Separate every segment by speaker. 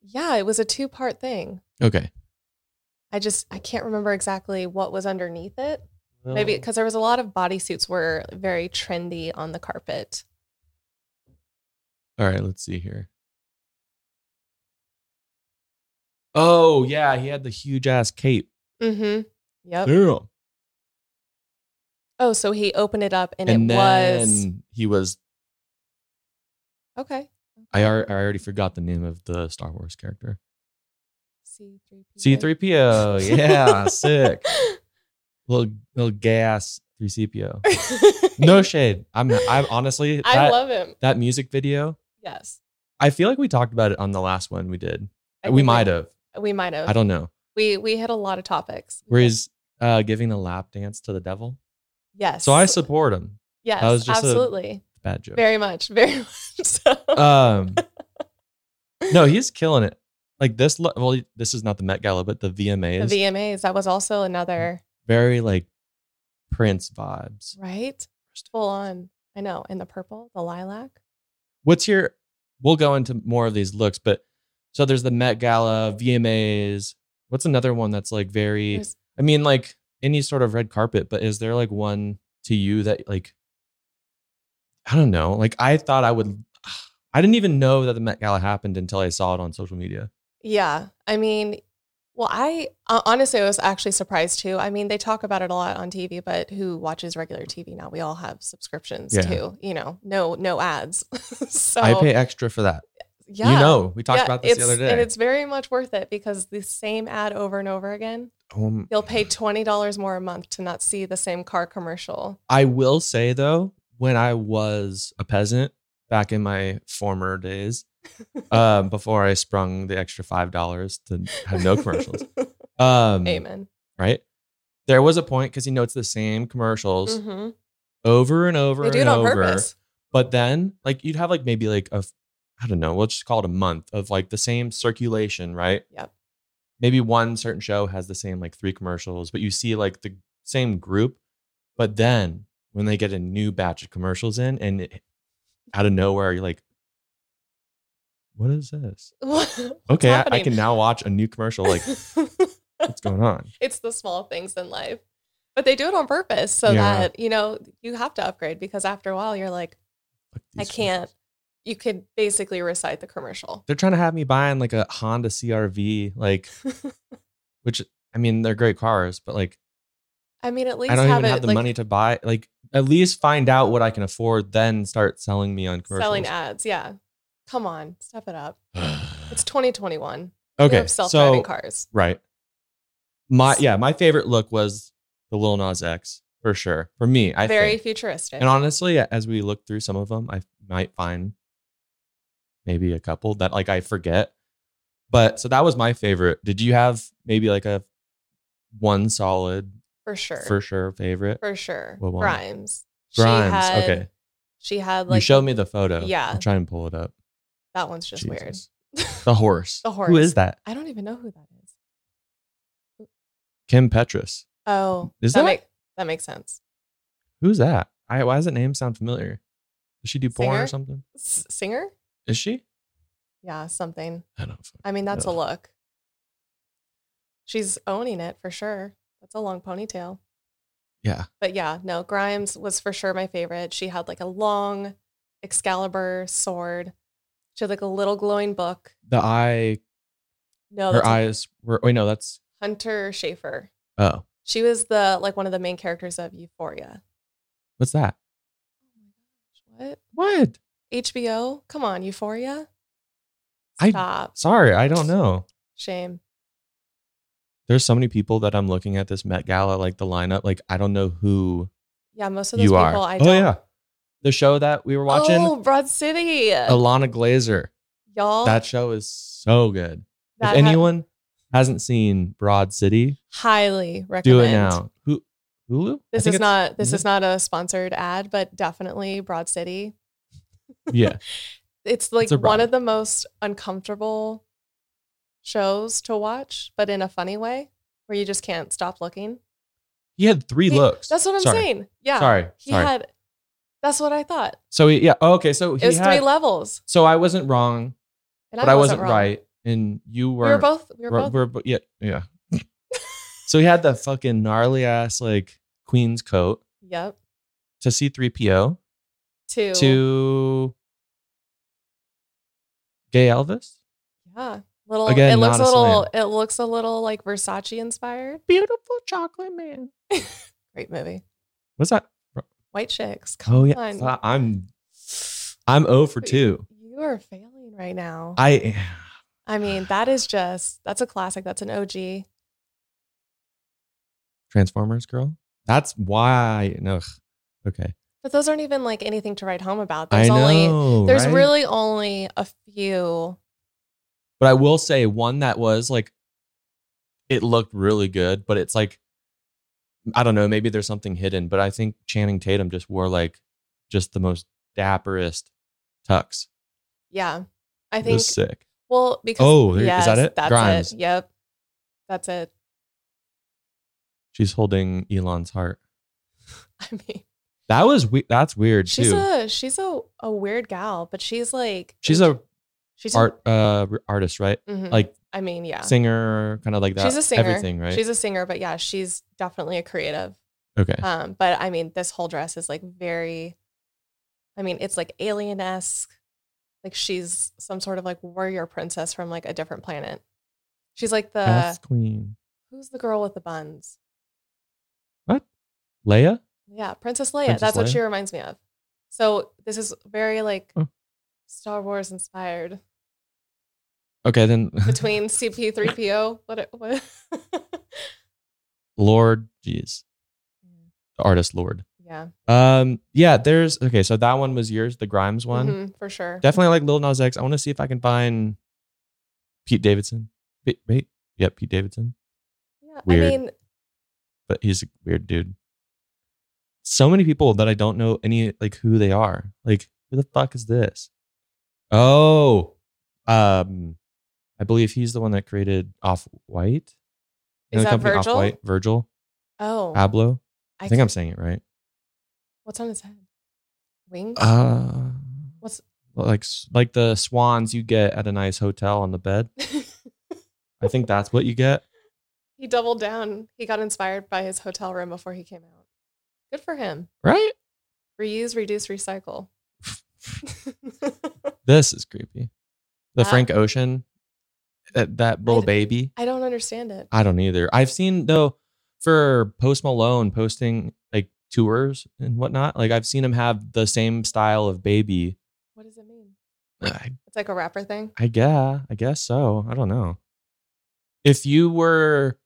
Speaker 1: yeah, it was a two part thing.
Speaker 2: Okay.
Speaker 1: I just, I can't remember exactly what was underneath it. Maybe
Speaker 2: Oh.
Speaker 1: because there was a lot of bodysuits were very trendy on the carpet.
Speaker 2: All right, let's see here. Oh yeah, he had the huge ass cape.
Speaker 1: Mm hmm. Yep.
Speaker 2: Yeah.
Speaker 1: Oh, so he opened it up and,
Speaker 2: And,
Speaker 1: it
Speaker 2: then
Speaker 1: was.
Speaker 2: he was.
Speaker 1: Okay.
Speaker 2: I, ar- I already forgot the name of the Star Wars character.
Speaker 1: C three P.
Speaker 2: C three PO. Yeah, sick. Little little gas three CPO. No shade. I'm I'm honestly that,
Speaker 1: I love him.
Speaker 2: that music video.
Speaker 1: Yes,
Speaker 2: I feel like we talked about it on the last one we did.
Speaker 1: I
Speaker 2: we
Speaker 1: think
Speaker 2: might have.
Speaker 1: We might have.
Speaker 2: I don't know.
Speaker 1: We we hit a lot of topics.
Speaker 2: Where he's uh, giving the lap dance to the devil.
Speaker 1: Yes.
Speaker 2: So I support him.
Speaker 1: Yes,
Speaker 2: was just a-
Speaker 1: absolutely.
Speaker 2: Bad joke.
Speaker 1: Very much. Very much. So.
Speaker 2: um no he's killing it like this lo- well this is not the met gala but the
Speaker 1: the
Speaker 2: vmas
Speaker 1: VMAs. That was also another
Speaker 2: very like prince vibes
Speaker 1: right. Full on. I know. And the purple, the lilac.
Speaker 2: what's your we'll go into more of these looks but so there's the met gala vmas what's another one that's like very
Speaker 1: There's-
Speaker 2: i mean like any sort of red carpet but is there like one to you that like i don't know like i thought i would i didn't even know that the met gala happened until i saw it on social media
Speaker 1: Yeah. I mean, well, I uh, honestly I was actually surprised too. I mean, they talk about it a lot on TV, but who watches regular TV now? We all have subscriptions
Speaker 2: Yeah.
Speaker 1: too. You know, no no ads. so
Speaker 2: i pay extra for that
Speaker 1: yeah.
Speaker 2: You know, we talked
Speaker 1: Yeah,
Speaker 2: about this the
Speaker 1: it's-
Speaker 2: other day.
Speaker 1: And it's very much worth it because the same ad over and over again,
Speaker 2: Um,
Speaker 1: you'll pay $20 more a month to not see the same car commercial.
Speaker 2: I will say though, when I was a peasant back in my former days, um, before I sprung the extra five dollars to have no commercials. Um,
Speaker 1: Amen.
Speaker 2: Right? There was a point because you know it's the same commercials
Speaker 1: Mhm.
Speaker 2: over and over
Speaker 1: They do it
Speaker 2: and
Speaker 1: on
Speaker 2: over.
Speaker 1: purpose.
Speaker 2: But then, like, you'd have like maybe like a, f- I don't know, we'll just call it a month of like the same circulation, right?
Speaker 1: Yep.
Speaker 2: Maybe one certain show has the same like three commercials, but you see like the same group. But then when they get a new batch of commercials in and it, out of nowhere, you're like, what is this? Okay, I, I
Speaker 1: happening?
Speaker 2: can now watch a new commercial. Like, what's going on?
Speaker 1: it's the small things in life. But they do it on purpose so
Speaker 2: Yeah.
Speaker 1: that, you know, you have to upgrade because after a while you're like,
Speaker 2: Fuck
Speaker 1: I
Speaker 2: these
Speaker 1: can't.
Speaker 2: commercials.
Speaker 1: You could basically recite the commercial.
Speaker 2: They're trying to have me buying like a Honda CRV, like, which I mean, they're great cars, but like,
Speaker 1: I mean, at least
Speaker 2: I don't
Speaker 1: have
Speaker 2: even
Speaker 1: it
Speaker 2: have the
Speaker 1: like
Speaker 2: money to buy. Like, at least find out what I can afford, then start selling me on commercials.
Speaker 1: selling ads. Yeah. Come on, step it up. It's 2021. We
Speaker 2: okay,
Speaker 1: have self-driving
Speaker 2: so
Speaker 1: cars.
Speaker 2: right, my yeah, my favorite look was the Lil Nas X for sure for me. I
Speaker 1: Very
Speaker 2: think.
Speaker 1: futuristic.
Speaker 2: and honestly, as we look through some of them, I might find maybe a couple that like I forget. But so that was my favorite. Did you have maybe like a one solid
Speaker 1: for sure.
Speaker 2: for sure favorite?
Speaker 1: For sure.
Speaker 2: What one?
Speaker 1: Grimes. She
Speaker 2: Grimes.
Speaker 1: had-
Speaker 2: okay.
Speaker 1: She had
Speaker 2: you
Speaker 1: like
Speaker 2: showed me the photo.
Speaker 1: Yeah.
Speaker 2: I'll try and pull it up.
Speaker 1: that one's just weird.
Speaker 2: Jesus. The horse.
Speaker 1: The
Speaker 2: Who
Speaker 1: horse.
Speaker 2: is that?
Speaker 1: I don't even know who that is.
Speaker 2: Kim Petras.
Speaker 1: Oh,
Speaker 2: Is that-
Speaker 1: make, that makes sense?
Speaker 2: Who's that? I, why does that name sound familiar? Does she do porn
Speaker 1: Singer?
Speaker 2: or something?
Speaker 1: S- singer?
Speaker 2: Is she?
Speaker 1: Yeah, something.
Speaker 2: I don't know.
Speaker 1: I mean, that's a
Speaker 2: Ugh.
Speaker 1: look. She's owning it for sure. That's a long ponytail.
Speaker 2: Yeah.
Speaker 1: But yeah, no, Grimes was for sure my favorite. She had like a long Excalibur sword. She had like a little glowing book.
Speaker 2: The eye,
Speaker 1: No,
Speaker 2: her
Speaker 1: oh, that's
Speaker 2: eyes were, wait, no, that's,
Speaker 1: Hunter Schafer.
Speaker 2: oh,
Speaker 1: She was the like one of the main characters of Euphoria.
Speaker 2: what's that?
Speaker 1: What?
Speaker 2: What?
Speaker 1: HBO? Come on, Euphoria?
Speaker 2: I-
Speaker 1: Stop.
Speaker 2: Sorry, I don't know.
Speaker 1: Shame.
Speaker 2: There's so many people that I'm looking at this Met Gala, like the lineup, like I don't know who
Speaker 1: Yeah, most of those
Speaker 2: you
Speaker 1: people
Speaker 2: are.
Speaker 1: I
Speaker 2: oh,
Speaker 1: don't
Speaker 2: yeah. The show that we were watching,
Speaker 1: Oh, Broad City.
Speaker 2: Alana Glazer.
Speaker 1: Y'all.
Speaker 2: That show is so good.
Speaker 1: that
Speaker 2: if
Speaker 1: ha-
Speaker 2: anyone hasn't seen Broad City,
Speaker 1: highly recommend.
Speaker 2: do it now. Who, Hulu? I
Speaker 1: This
Speaker 2: think it's-
Speaker 1: is
Speaker 2: mm-hmm.
Speaker 1: not this
Speaker 2: is
Speaker 1: is not a sponsored ad, but definitely Broad City.
Speaker 2: Yeah.
Speaker 1: It's like
Speaker 2: It's a
Speaker 1: one
Speaker 2: broad.
Speaker 1: of the most uncomfortable shows to watch, but in a funny way where you just can't stop looking.
Speaker 2: He had three
Speaker 1: He-
Speaker 2: looks.
Speaker 1: That's what I'm
Speaker 2: Sorry.
Speaker 1: saying. Yeah.
Speaker 2: Sorry.
Speaker 1: He
Speaker 2: sorry.
Speaker 1: had that's what I thought.
Speaker 2: so he, yeah. oh, okay. So
Speaker 1: It
Speaker 2: he
Speaker 1: was
Speaker 2: had.
Speaker 1: three levels.
Speaker 2: so I wasn't wrong,
Speaker 1: And
Speaker 2: but I wasn't,
Speaker 1: wrong.
Speaker 2: right, and you
Speaker 1: We were
Speaker 2: weren't.
Speaker 1: both we were both
Speaker 2: we're- we're- yeah. Yeah. so he had the fucking gnarly ass like Queen's coat
Speaker 1: Yep.
Speaker 2: to C3PO
Speaker 1: Two.
Speaker 2: to Gay Elvis.
Speaker 1: Yeah. Little
Speaker 2: Again,
Speaker 1: it looks
Speaker 2: not
Speaker 1: a
Speaker 2: a
Speaker 1: little it looks a little like Versace inspired.
Speaker 2: Beautiful chocolate man.
Speaker 1: Great movie.
Speaker 2: What's that?
Speaker 1: White chicks. Come
Speaker 2: Oh yeah.
Speaker 1: on.
Speaker 2: So I'm I'm 0 for two.
Speaker 1: You are failing right now. I,
Speaker 2: I
Speaker 1: mean, that is just that's a classic. That's an OG.
Speaker 2: Transformers girl. That's why. No. Okay.
Speaker 1: But those aren't even like anything to write home about.
Speaker 2: I
Speaker 1: There's only
Speaker 2: know.
Speaker 1: there's
Speaker 2: right?
Speaker 1: really only a few.
Speaker 2: But I will say one that was like, it looked really good, but it's like, I don't know, maybe there's something hidden, but I think Channing Tatum just wore like just the most dapperest tux.
Speaker 1: Yeah. I
Speaker 2: it
Speaker 1: think
Speaker 2: was sick.
Speaker 1: well because
Speaker 2: Oh, there- is that it?
Speaker 1: That's
Speaker 2: Grimes.
Speaker 1: it. Yep. That's it.
Speaker 2: She's holding Elon's heart.
Speaker 1: I mean
Speaker 2: That was we- that's weird
Speaker 1: she's
Speaker 2: too.
Speaker 1: a she's a, a weird gal, but she's like
Speaker 2: she's a
Speaker 1: she's a-
Speaker 2: art uh r- artist, right?
Speaker 1: mhm.
Speaker 2: Like
Speaker 1: I mean, yeah.
Speaker 2: singer, kind of like that.
Speaker 1: She's a singer.
Speaker 2: Everything, right?
Speaker 1: She's a singer, but yeah, she's definitely a creative.
Speaker 2: okay.
Speaker 1: Um, but I mean, this whole dress is like very, I mean, it's like alien esque. Like she's some sort of like warrior princess from like a different planet. She's like the,
Speaker 2: F Queen.
Speaker 1: who's the girl with the buns?
Speaker 2: Leia?
Speaker 1: Yeah, Princess Leia.
Speaker 2: Princess
Speaker 1: That's what
Speaker 2: Leia?
Speaker 1: she reminds me of. So this is very like
Speaker 2: Oh.
Speaker 1: Star Wars inspired
Speaker 2: Okay, then
Speaker 1: between CP3PO. What? what
Speaker 2: Lord, jeez. The artist Lord.
Speaker 1: Yeah.
Speaker 2: Um, yeah, there's okay. So that one was yours, the Grimes one.
Speaker 1: Mhm, for sure.
Speaker 2: Definitely like Lil Nas X. I want to see if I can find Pete Davidson. Pete, wait, yep, Pete Davidson.
Speaker 1: Yeah,
Speaker 2: Weird.
Speaker 1: I mean,
Speaker 2: But he's a weird dude. So many people that I don't know any like who they are. Like who the fuck is this? Oh, um, I believe he's the one that created Off White.
Speaker 1: Is that Virgil?
Speaker 2: Off-White, Virgil
Speaker 1: oh,
Speaker 2: Abloh. I think
Speaker 1: c-
Speaker 2: I'm saying it right.
Speaker 1: What's on his head? Wings.
Speaker 2: Uh,
Speaker 1: What's-
Speaker 2: like s- like the swans you get at a nice hotel on the bed? I think that's what you get.
Speaker 1: he doubled down. He got inspired by his hotel room before he came out. Good for him.
Speaker 2: Right?
Speaker 1: Reuse, reduce, recycle.
Speaker 2: This is creepy. The
Speaker 1: That-
Speaker 2: Frank Ocean, that, that little
Speaker 1: d-
Speaker 2: baby.
Speaker 1: Uh, I don't understand it.
Speaker 2: I don't either. I've seen though for Post Malone posting like tours and whatnot. Like I've seen him have the same style of baby.
Speaker 1: What does it mean?
Speaker 2: I,
Speaker 1: It's like a rapper thing.
Speaker 2: I guess. I guess so. I don't know. If you were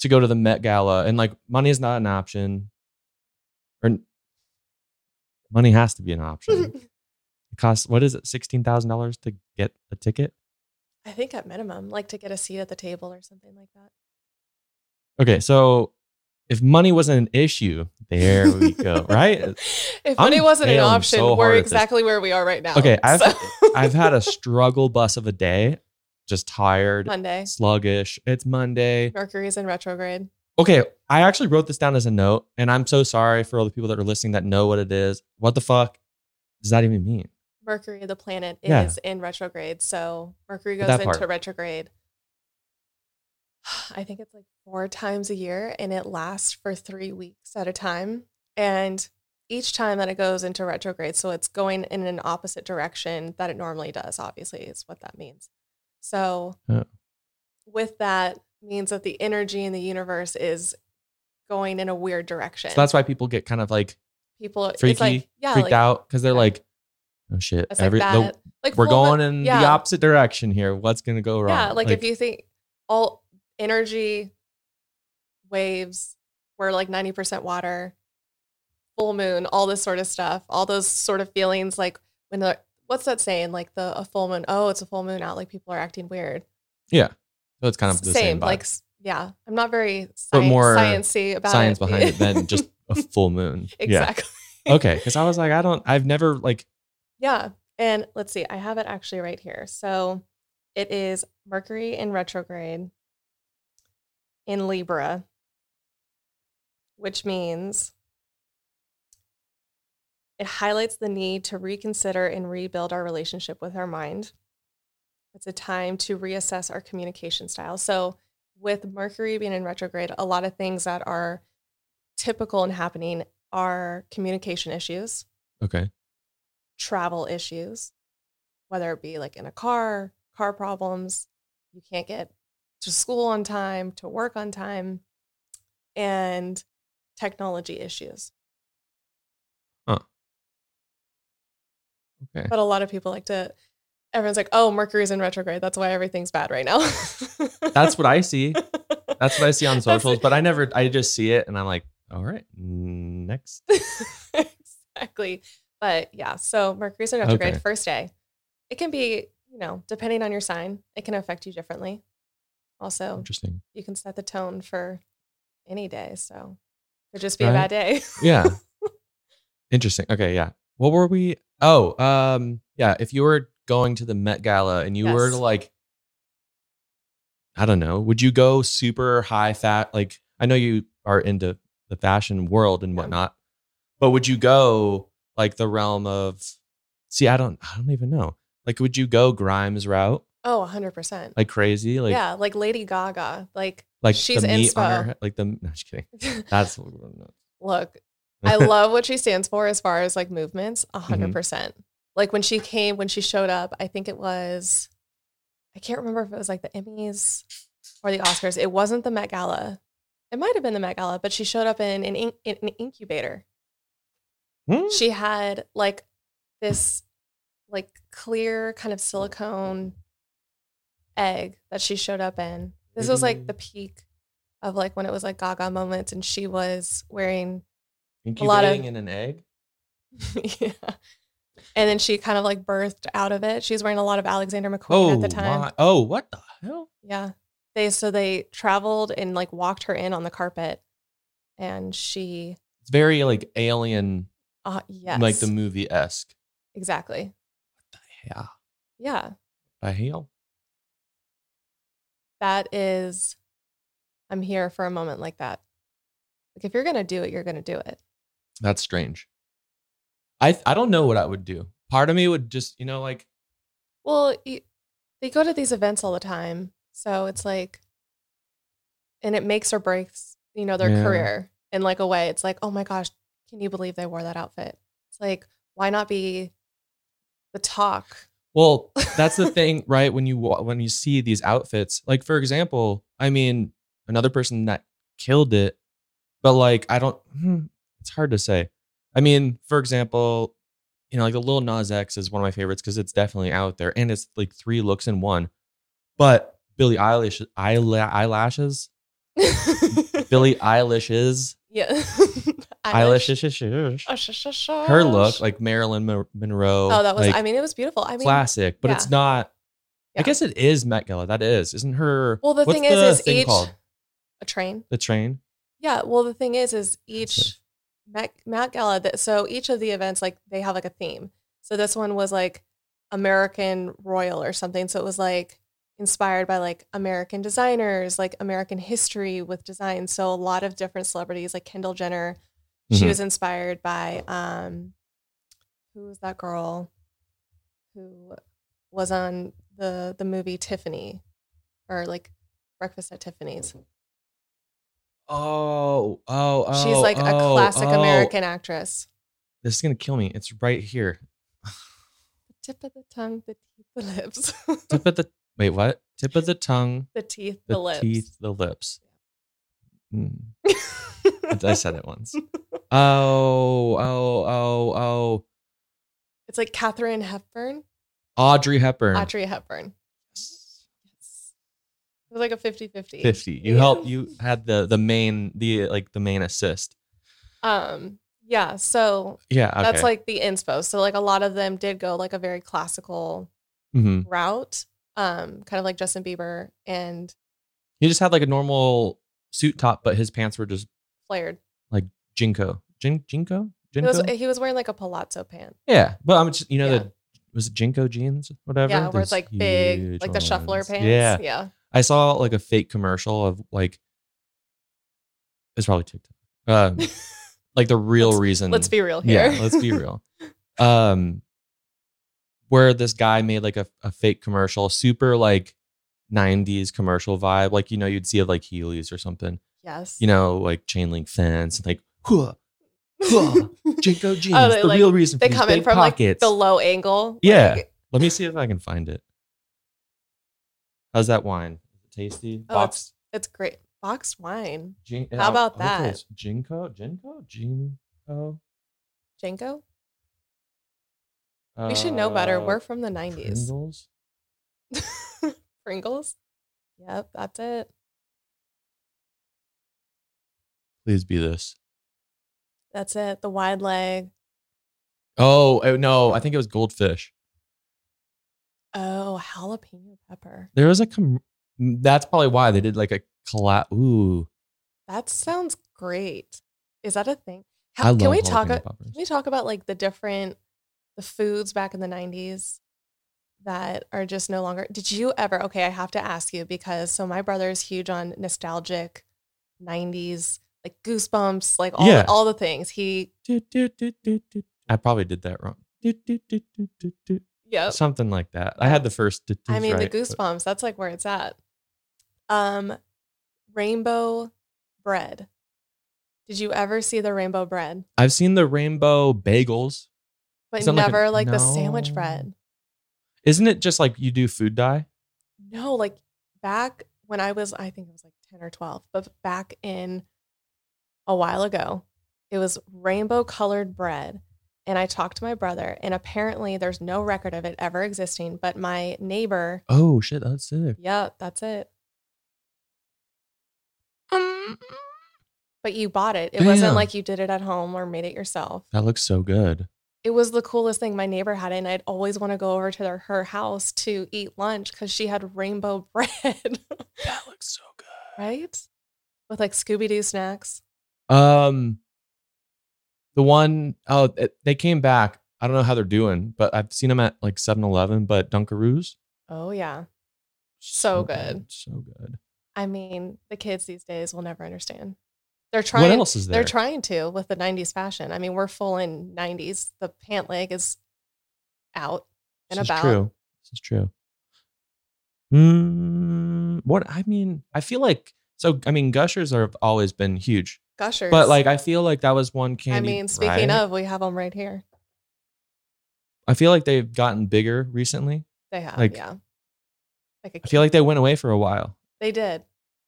Speaker 2: to go to the Met Gala and like money is not an option, or money has to be an option.
Speaker 1: I
Speaker 2: It costs what is it sixteen thousand dollars to get a ticket?
Speaker 1: think at minimum, like to get a seat at the table or something like that.
Speaker 2: Okay, so if money wasn't an issue, there we go. Right?
Speaker 1: If money
Speaker 2: I'm
Speaker 1: wasn't an
Speaker 2: failing
Speaker 1: option,
Speaker 2: so hard
Speaker 1: we're
Speaker 2: at this.
Speaker 1: exactly where we are right now.
Speaker 2: Okay, I've-
Speaker 1: So-
Speaker 2: I've had a struggle bus of a day, just tired,
Speaker 1: Monday.
Speaker 2: sluggish. It's Monday.
Speaker 1: Mercury's in retrograde.
Speaker 2: Okay, I actually wrote this down as a note, and I'm so sorry for all the people that are listening that know what it is. What the fuck does that even mean?
Speaker 1: Mercury, the planet,
Speaker 2: Yeah.
Speaker 1: is in retrograde. So Mercury goes
Speaker 2: that
Speaker 1: into
Speaker 2: part.
Speaker 1: retrograde. I think it's like four times a year and it lasts for three weeks at a time. And each time that it goes into retrograde, so it's going in an opposite direction that it normally does, obviously, is what that means. So
Speaker 2: Yeah.
Speaker 1: with that means that the energy in the universe is going in a weird direction.
Speaker 2: So that's why people get kind of like
Speaker 1: people
Speaker 2: freaky,
Speaker 1: it's like, yeah,
Speaker 2: freaked
Speaker 1: like,
Speaker 2: out because they're
Speaker 1: yeah.
Speaker 2: like, oh shit,
Speaker 1: It's
Speaker 2: every,
Speaker 1: like
Speaker 2: the-
Speaker 1: that. like
Speaker 2: we're
Speaker 1: full
Speaker 2: going
Speaker 1: mon-
Speaker 2: in
Speaker 1: yeah.
Speaker 2: the opposite direction here. What's gonna go wrong?
Speaker 1: Yeah, like, if you think all energy waves were like 90% water, full moon, all this sort of stuff, all those sort of feelings like when the what's that saying? Like the a full moon, oh, it's a full moon out, like people are acting weird.
Speaker 2: so it's kind of the same, vibe.
Speaker 1: like s- yeah. I'm not very
Speaker 2: But
Speaker 1: science,
Speaker 2: more
Speaker 1: sciencey about
Speaker 2: science
Speaker 1: it.
Speaker 2: behind it than just a full moon.
Speaker 1: exactly.
Speaker 2: Yeah. Okay. Because I was like, I don't, I've never like,
Speaker 1: Yeah. And let's see, I have it actually right here. So it is Mercury in retrograde in Libra, which means it highlights the need to reconsider and rebuild our relationship with our mind. It's a time to reassess our communication style. So, with Mercury being in retrograde, a lot of things that are typical and happening are communication issues
Speaker 2: okay,
Speaker 1: travel issues, whether it be like in a car, car problems, you can't get to school on time, to work on time, and technology issues.
Speaker 2: okay.
Speaker 1: But a lot of people like to, everyone's like, oh, Mercury's in retrograde. That's why everything's bad right now.
Speaker 2: That's what I see. That's what I see on
Speaker 1: That's-
Speaker 2: socials, but I never, I just see it and I'm like, all right, next.
Speaker 1: exactly. But yeah, so Mercury's in retrograde
Speaker 2: Okay.
Speaker 1: first day. It can be, you know, depending on your sign, it can affect you differently. Also,
Speaker 2: Interesting.
Speaker 1: you can set the tone for any day. So it could just be
Speaker 2: Right.
Speaker 1: a bad day.
Speaker 2: Yeah. Interesting. Okay. Yeah. What were we? Oh, um, yeah. If you were going to the Met Gala and you were
Speaker 1: Yes.
Speaker 2: to like, I don't know, would you go super high fat? Like, I know you are into the fashion world and
Speaker 1: Yeah.
Speaker 2: whatnot, but would you go like the realm of, see, I don't, I don't even know. Like, would you go Grimes route
Speaker 1: oh, 100%.
Speaker 2: like crazy? Like,
Speaker 1: yeah, like Lady Gaga. Like,
Speaker 2: like
Speaker 1: she's
Speaker 2: the meat on
Speaker 1: inspo.
Speaker 2: her, head- like the, no, just kidding. That's what we're doing.
Speaker 1: look, I love what she stands for as far as like movements, 100%. percent Like when she came, when she showed up, I think it was, I can't remember if it was like the Emmys or the Oscars. It wasn't the Met Gala. It might have been the Met Gala, but she showed up in an, in, in an incubator
Speaker 2: Hmm?
Speaker 1: she had like this like clear kind of silicone egg that she showed up in. This was like the peak of like when it was like Gaga moments and she was wearing
Speaker 2: Incubating
Speaker 1: lot of-
Speaker 2: in an egg.
Speaker 1: yeah. And then she kind of like birthed out of it. She was wearing a lot of Alexander McQueen at the time.
Speaker 2: my- oh, what the hell?
Speaker 1: Yeah. They so they traveled and like walked her in on the carpet, and she
Speaker 2: It's very like alien,
Speaker 1: uh yes
Speaker 2: like the movie esque.
Speaker 1: exactly
Speaker 2: Yeah,
Speaker 1: yeah
Speaker 2: by hell.
Speaker 1: that is I'm here for a moment like that. Like if you're gonna do it, you're gonna do it.
Speaker 2: That's strange. I I don't know what I would do. Part of me would just you know like
Speaker 1: Well, you, they go to these events all the time, so it's like, and it makes or breaks you know their
Speaker 2: Yeah.
Speaker 1: career in like a way. It's like, oh my gosh, can you believe they wore that outfit? It's like, why not be the talk?
Speaker 2: Well, that's the thing, right? When you wa- when you see these outfits, like for example, I mean, another person that killed it, but like I don't, hmm, it's hard to say. I mean, for example, you know, like the Lil Nas X is one of my favorites because it's definitely out there and it's like three looks in one. But Billie Eilish, eyela- eyelashes, Billie Eilish's,
Speaker 1: yeah,
Speaker 2: eyelashes, her
Speaker 1: Her
Speaker 2: look, like Marilyn Mo- Monroe.
Speaker 1: Oh, that was.
Speaker 2: like,
Speaker 1: I mean, it was beautiful. I mean,
Speaker 2: classic, but it's
Speaker 1: yeah.
Speaker 2: not. I
Speaker 1: Yeah.
Speaker 2: guess it is Met Gala. That is, isn't her?
Speaker 1: Well, the
Speaker 2: what's
Speaker 1: thing is, is
Speaker 2: thing
Speaker 1: each-
Speaker 2: called?
Speaker 1: a train.
Speaker 2: the train.
Speaker 1: Yeah. Well, the thing is, is
Speaker 2: That's
Speaker 1: each Met, Met Gala, that, so each of the events, like they have like a theme. So this one was like American Royal or something. So it was like inspired by like American designers, like American history with design. So a lot of different celebrities, like Kendall Jenner, she
Speaker 2: Mhm.
Speaker 1: was inspired by um, who was that girl who was on the the movie Tiffany or like Breakfast at Tiffany's.
Speaker 2: Oh, oh, oh!
Speaker 1: She's like a
Speaker 2: oh,
Speaker 1: classic
Speaker 2: oh.
Speaker 1: American actress.
Speaker 2: This is gonna kill me. It's right here.
Speaker 1: The tip of the tongue, the teeth, the lips.
Speaker 2: Tip of the wait, what? Tip of the tongue,
Speaker 1: the teeth,
Speaker 2: the,
Speaker 1: the, lips.
Speaker 2: teeth, the lips. Mm, I said it once. Oh, oh, oh, oh!
Speaker 1: it's like Katherine Hepburn,
Speaker 2: Audrey Hepburn.
Speaker 1: Audrey Hepburn. Yes. It was like a 50 50.
Speaker 2: 50 you helped you had the the main the like the main assist
Speaker 1: Um, yeah. So
Speaker 2: yeah okay.
Speaker 1: that's like the inspo. So, like, a lot of them did go like a very classical
Speaker 2: Mhm.
Speaker 1: route, um, kind of like Justin Bieber and
Speaker 2: He just had like a normal suit top, but his pants were just
Speaker 1: flared.
Speaker 2: jinko. Jin jinko?
Speaker 1: He
Speaker 2: Jinko?
Speaker 1: was, he was wearing like a palazzo pant.
Speaker 2: yeah. But I'm just you know
Speaker 1: Yeah.
Speaker 2: the was it jinko jeans whatever?
Speaker 1: Yeah, where
Speaker 2: Those
Speaker 1: it's like
Speaker 2: huge
Speaker 1: big, like the shuffler
Speaker 2: ones.
Speaker 1: pants.
Speaker 2: Yeah.
Speaker 1: Yeah.
Speaker 2: I saw like a fake commercial of like it's probably TikTok. Um like the real
Speaker 1: Let's-
Speaker 2: reason.
Speaker 1: Let's be real here.
Speaker 2: Yeah, let's be real. Um, where this guy made like a, a fake commercial, super like 90s commercial vibe. Like, you know, you'd see of like Heelys or something,
Speaker 1: yes.
Speaker 2: you know, like chain link fence and like, huh, huh, Jinko jeans.
Speaker 1: Oh, they,
Speaker 2: the
Speaker 1: like-
Speaker 2: real reason for
Speaker 1: they
Speaker 2: these
Speaker 1: come in
Speaker 2: big
Speaker 1: from
Speaker 2: pockets.
Speaker 1: like the low angle.
Speaker 2: Yeah.
Speaker 1: Like,
Speaker 2: Let me see if I can find it. How's that wine? Is it tasty?
Speaker 1: Oh,
Speaker 2: Boxed.
Speaker 1: it's great. Boxed wine.
Speaker 2: Jin-
Speaker 1: how about
Speaker 2: I don't know if
Speaker 1: that?
Speaker 2: it's Jinko? Jinko? Jinko?
Speaker 1: Jenko? We should know better.
Speaker 2: Uh,
Speaker 1: We're from the 90s.
Speaker 2: Pringles?
Speaker 1: Pringles? Yep, that's it.
Speaker 2: Please be this.
Speaker 1: That's it. The wide leg.
Speaker 2: Oh uh, no, I think it was goldfish.
Speaker 1: Oh, jalapeno pepper.
Speaker 2: There was a. Com- mm, that's probably why they did like a collab. Ooh,
Speaker 1: That sounds great. Is that a thing?
Speaker 2: I
Speaker 1: How, can
Speaker 2: love
Speaker 1: we talk?
Speaker 2: jalapeno
Speaker 1: a-
Speaker 2: poppers.
Speaker 1: Can we talk about like the different the foods back in the nineties that are just no longer? Did you ever? Okay, I have to ask you because so my brother is huge on nostalgic nineties, like goosebumps, like all
Speaker 2: Yeah.
Speaker 1: the, all the things. He
Speaker 2: Do, do, do, do, do. I probably did that wrong. Do, do, do, do, do, do.
Speaker 1: yep.
Speaker 2: Something like that. I had the first. do,
Speaker 1: Oh. I
Speaker 2: do's
Speaker 1: mean
Speaker 2: right,
Speaker 1: the
Speaker 2: but-
Speaker 1: goosebumps. That's like where it's at. Um, rainbow bread. Did you ever see the rainbow bread?
Speaker 2: I've seen the rainbow bagels.
Speaker 1: But
Speaker 2: Sound like a-
Speaker 1: never like the sandwich
Speaker 2: No.
Speaker 1: bread.
Speaker 2: Isn't it just like you do food dye?
Speaker 1: No, like back when I was, I think it was like 10 or 12, but back in a while ago, it was rainbow colored bread. And I talked to my brother, and apparently there's no record of it ever existing. But my neighbor,
Speaker 2: Oh shit, that's sick.
Speaker 1: yeah, that's it. but you bought it. It wasn't
Speaker 2: Damn.
Speaker 1: like you did it at home or made it yourself.
Speaker 2: That looks so good.
Speaker 1: It was the coolest thing. My neighbor had it, and I'd always want to go over to their, her house to eat lunch because she had rainbow bread,
Speaker 2: That looks so good.
Speaker 1: right? With like Scooby Doo snacks.
Speaker 2: Um, the one oh it- they came back. I don't know how they're doing, but I've seen them at like 7-Eleven, but Dunkaroos.
Speaker 1: Oh, yeah. So good.
Speaker 2: So good.
Speaker 1: I mean, the kids these days will never understand. They're
Speaker 2: What
Speaker 1: trying.
Speaker 2: else is there?
Speaker 1: They're trying to with the '90s fashion. I mean, we're full in '90s. The pant leg is out and
Speaker 2: This is
Speaker 1: about.
Speaker 2: true. This is true. Mm, what I mean, I feel like so. I mean, gushers are, have always been huge,
Speaker 1: Gushers.
Speaker 2: but like I feel like that was one
Speaker 1: I
Speaker 2: candy.
Speaker 1: mean, speaking
Speaker 2: right?
Speaker 1: of, we have them right here.
Speaker 2: I feel like they've gotten bigger recently.
Speaker 1: They have,
Speaker 2: Like-
Speaker 1: yeah. Like
Speaker 2: I
Speaker 1: a,
Speaker 2: feel like they went away for a while.
Speaker 1: they did,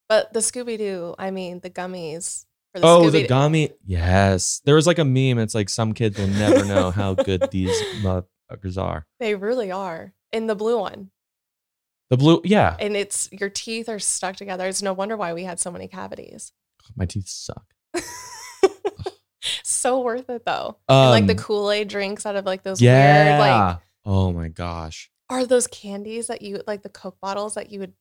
Speaker 1: but the Scooby Doo. I mean, the gummies. For
Speaker 2: oh,
Speaker 1: Scooby-Doo-
Speaker 2: the gummy. Yes, there was like a meme. It's like some kids will never know how good these motherfuckers are.
Speaker 1: They really are. And the blue one,
Speaker 2: The blue, yeah.
Speaker 1: and it's your teeth are stuck together. It's no wonder why we had so many cavities.
Speaker 2: My teeth suck.
Speaker 1: So worth it though.
Speaker 2: Um,
Speaker 1: And, like the Kool Aid drinks out of like those weird like
Speaker 2: yeah. oh my gosh.
Speaker 1: are those candies that you like the Coke bottles that you would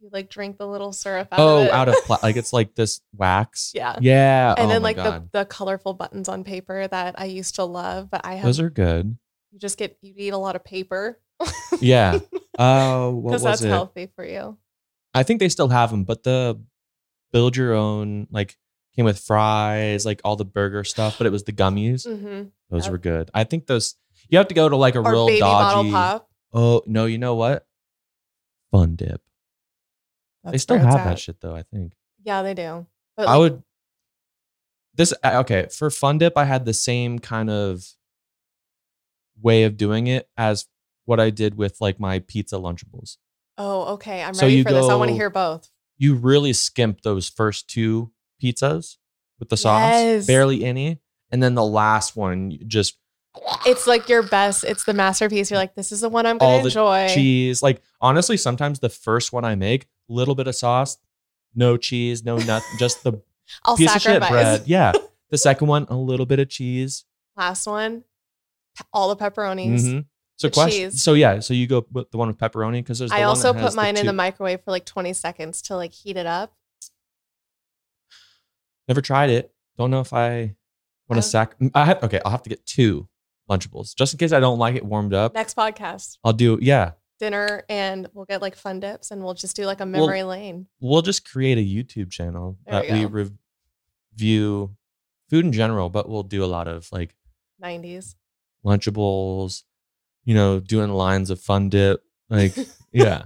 Speaker 1: you like drink the little syrup out of
Speaker 2: Oh,
Speaker 1: it?
Speaker 2: out of pla- like it's like this wax.
Speaker 1: yeah.
Speaker 2: Yeah. oh
Speaker 1: And then
Speaker 2: my
Speaker 1: like
Speaker 2: God.
Speaker 1: the, the colorful buttons on paper that I used to love, but I have
Speaker 2: Those are good.
Speaker 1: you just get you eat a lot of paper
Speaker 2: Yeah. Oh, what was
Speaker 1: because that's
Speaker 2: it?
Speaker 1: healthy for you.
Speaker 2: I think they still have them, but the build your own like came with fries, like all the burger stuff, but it was the gummies.
Speaker 1: hmm
Speaker 2: Those
Speaker 1: Yep.
Speaker 2: were good. I think those you have to go to like a
Speaker 1: Or
Speaker 2: real
Speaker 1: baby
Speaker 2: dodgy.
Speaker 1: bottle pop.
Speaker 2: Oh no, you know what? Fun dip. they
Speaker 1: That's
Speaker 2: still
Speaker 1: where it's
Speaker 2: have that
Speaker 1: at.
Speaker 2: shit though. I think
Speaker 1: Yeah, they do. But
Speaker 2: I
Speaker 1: like,
Speaker 2: would. This I- okay for fun dip. I had the same kind of way of doing it as what I did with like my pizza lunchables.
Speaker 1: oh, okay. I'm
Speaker 2: So
Speaker 1: ready
Speaker 2: you
Speaker 1: for this. I want to
Speaker 2: go
Speaker 1: hear both.
Speaker 2: you really skimp those first two pizzas with the sauce,
Speaker 1: Yes.
Speaker 2: barely any, and then the last one you just
Speaker 1: It's like your best. It's the masterpiece. You're like, this is the one I'm
Speaker 2: All
Speaker 1: gonna
Speaker 2: the
Speaker 1: enjoy.
Speaker 2: cheese. Like honestly, sometimes the first one I make, little bit of sauce, no cheese, no nothing, just the
Speaker 1: I'll
Speaker 2: piece of shit
Speaker 1: sacrifice.
Speaker 2: bread. Yeah. The second one, a little bit of cheese.
Speaker 1: Last one, pe- all the pepperonis.
Speaker 2: hmm So
Speaker 1: The
Speaker 2: question.
Speaker 1: cheese.
Speaker 2: So yeah. So you go with the one with pepperoni because there's. The
Speaker 1: I
Speaker 2: one
Speaker 1: also
Speaker 2: that
Speaker 1: put
Speaker 2: has
Speaker 1: mine in
Speaker 2: two-
Speaker 1: the microwave for like 20 seconds to like heat it up.
Speaker 2: Never tried it. Don't know if I want
Speaker 1: Oh.
Speaker 2: to sack. I have okay. I'll have to get two Lunchables just in case I don't like it warmed up.
Speaker 1: Next podcast,
Speaker 2: I'll do yeah.
Speaker 1: dinner, and we'll get like fun dips and we'll just do like a memory lane.
Speaker 2: we'll just create a YouTube channel
Speaker 1: There
Speaker 2: that we
Speaker 1: we go.
Speaker 2: rev- review food in general, but we'll do a lot of like
Speaker 1: 90s.
Speaker 2: lunchables, you know, doing lines of fun dip, like yeah.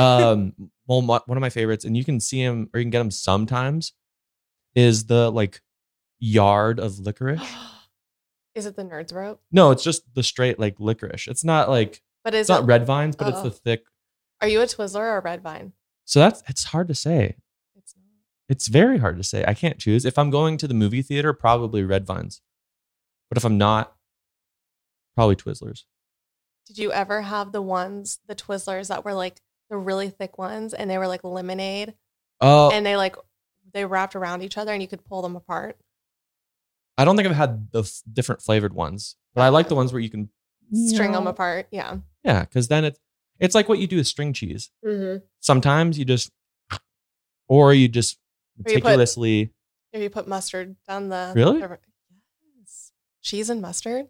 Speaker 2: Um, well, my, one of my favorites, and you can see them or you can get them sometimes, is the like yard of licorice.
Speaker 1: Is it the nerds rope?
Speaker 2: No, it's just the straight like licorice. It's not like
Speaker 1: But is
Speaker 2: it's not
Speaker 1: it,
Speaker 2: red vines, but it's
Speaker 1: Oh.
Speaker 2: the thick.
Speaker 1: Are you a Twizzler or a red vine?
Speaker 2: So that's it's hard to say.
Speaker 1: It's not.
Speaker 2: It's very hard to say. I can't choose. If I'm going to the movie theater, probably Red Vines. But if I'm not, probably Twizzlers.
Speaker 1: Did you ever have the ones, the Twizzlers that were like the really thick ones and they were like lemonade
Speaker 2: Oh,
Speaker 1: and they like, they wrapped around each other and you could pull them apart?
Speaker 2: I don't think I've had the f- different flavored ones, but I like the ones where you can
Speaker 1: String them apart. Yeah.
Speaker 2: Yeah, because then it's it's like what you do with string cheese.
Speaker 1: Mm-hmm.
Speaker 2: Sometimes you just, or you just
Speaker 1: Or you put-
Speaker 2: meticulously.
Speaker 1: If you put mustard down the.
Speaker 2: Really?
Speaker 1: the- yes. Cheese and mustard?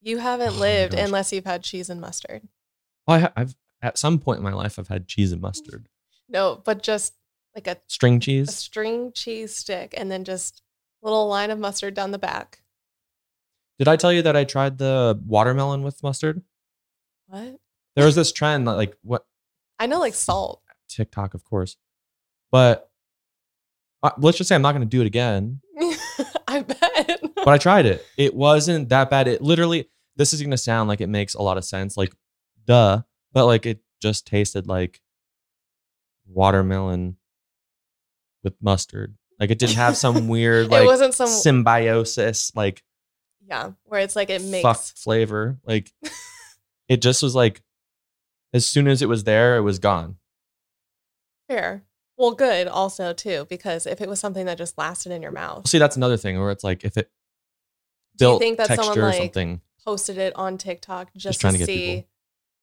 Speaker 1: You haven't
Speaker 2: Oh my
Speaker 1: lived
Speaker 2: gosh.
Speaker 1: unless you've had cheese and mustard.
Speaker 2: Oh, I ha- I've at some point in my life I've had cheese and mustard,
Speaker 1: No, but just like a,
Speaker 2: string
Speaker 1: a
Speaker 2: cheese.
Speaker 1: string cheese stick and then just a little line of mustard down the back.
Speaker 2: Did I tell you that I tried the watermelon with mustard?
Speaker 1: What?
Speaker 2: There was this trend that like what
Speaker 1: I know like salt.
Speaker 2: TikTok, of course. But uh, let's just say I'm not going to do it again.
Speaker 1: I bet.
Speaker 2: But I tried it. It wasn't that bad. It literally, this is going to sound like it makes a lot of sense, like duh, but like it just tasted like watermelon with mustard. Like it didn't have some weird
Speaker 1: it
Speaker 2: like
Speaker 1: wasn't some
Speaker 2: symbiosis like
Speaker 1: yeah, where it's like it makes
Speaker 2: fuck flavor. Like it just was like as soon as it was there, it was gone.
Speaker 1: fair. Well, good also too, because if it was something that just lasted in your mouth,
Speaker 2: See, that's another thing where it's like if it
Speaker 1: Do you
Speaker 2: built
Speaker 1: think that
Speaker 2: texture
Speaker 1: someone,
Speaker 2: or
Speaker 1: like-
Speaker 2: something.
Speaker 1: posted it on TikTok just,
Speaker 2: trying
Speaker 1: to,
Speaker 2: to get
Speaker 1: see,
Speaker 2: people.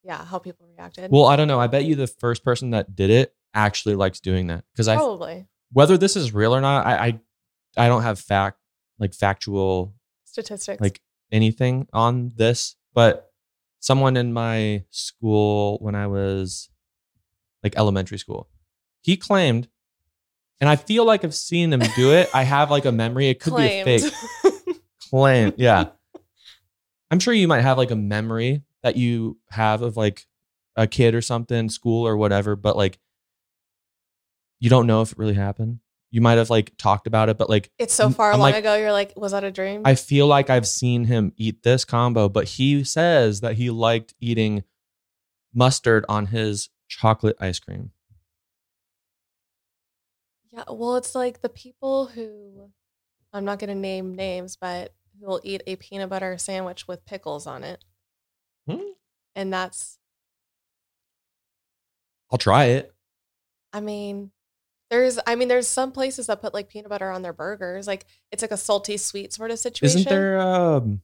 Speaker 1: yeah, how people reacted.
Speaker 2: Well, I don't know. I bet you the first person that did it actually likes doing that because I
Speaker 1: probably
Speaker 2: whether this is real or not, I I, I don't have fact like factual
Speaker 1: statistics.
Speaker 2: like anything on this, but someone in my school when I was like elementary school, he claimed, and I feel like I've seen him do it. I have like a memory. It could be a fake claim. Yeah. I'm sure you might have like a memory that you have of like a kid or something, school or whatever, but like you don't know if it really happened. You might have like talked about it, but like
Speaker 1: it's so far
Speaker 2: I'm
Speaker 1: long
Speaker 2: like-
Speaker 1: ago. You're like, was that a dream?
Speaker 2: I feel like I've seen him eat this combo, but he says that he liked eating mustard on his chocolate ice cream.
Speaker 1: yeah. Well, it's like the people who I'm not going to name names, but who will eat a peanut butter sandwich with pickles on it,
Speaker 2: Hmm.
Speaker 1: and that's
Speaker 2: I'll try it.
Speaker 1: I mean, there's I mean, there's some places that put like peanut butter on their burgers. Like it's like a salty sweet sort of situation.
Speaker 2: Isn't there um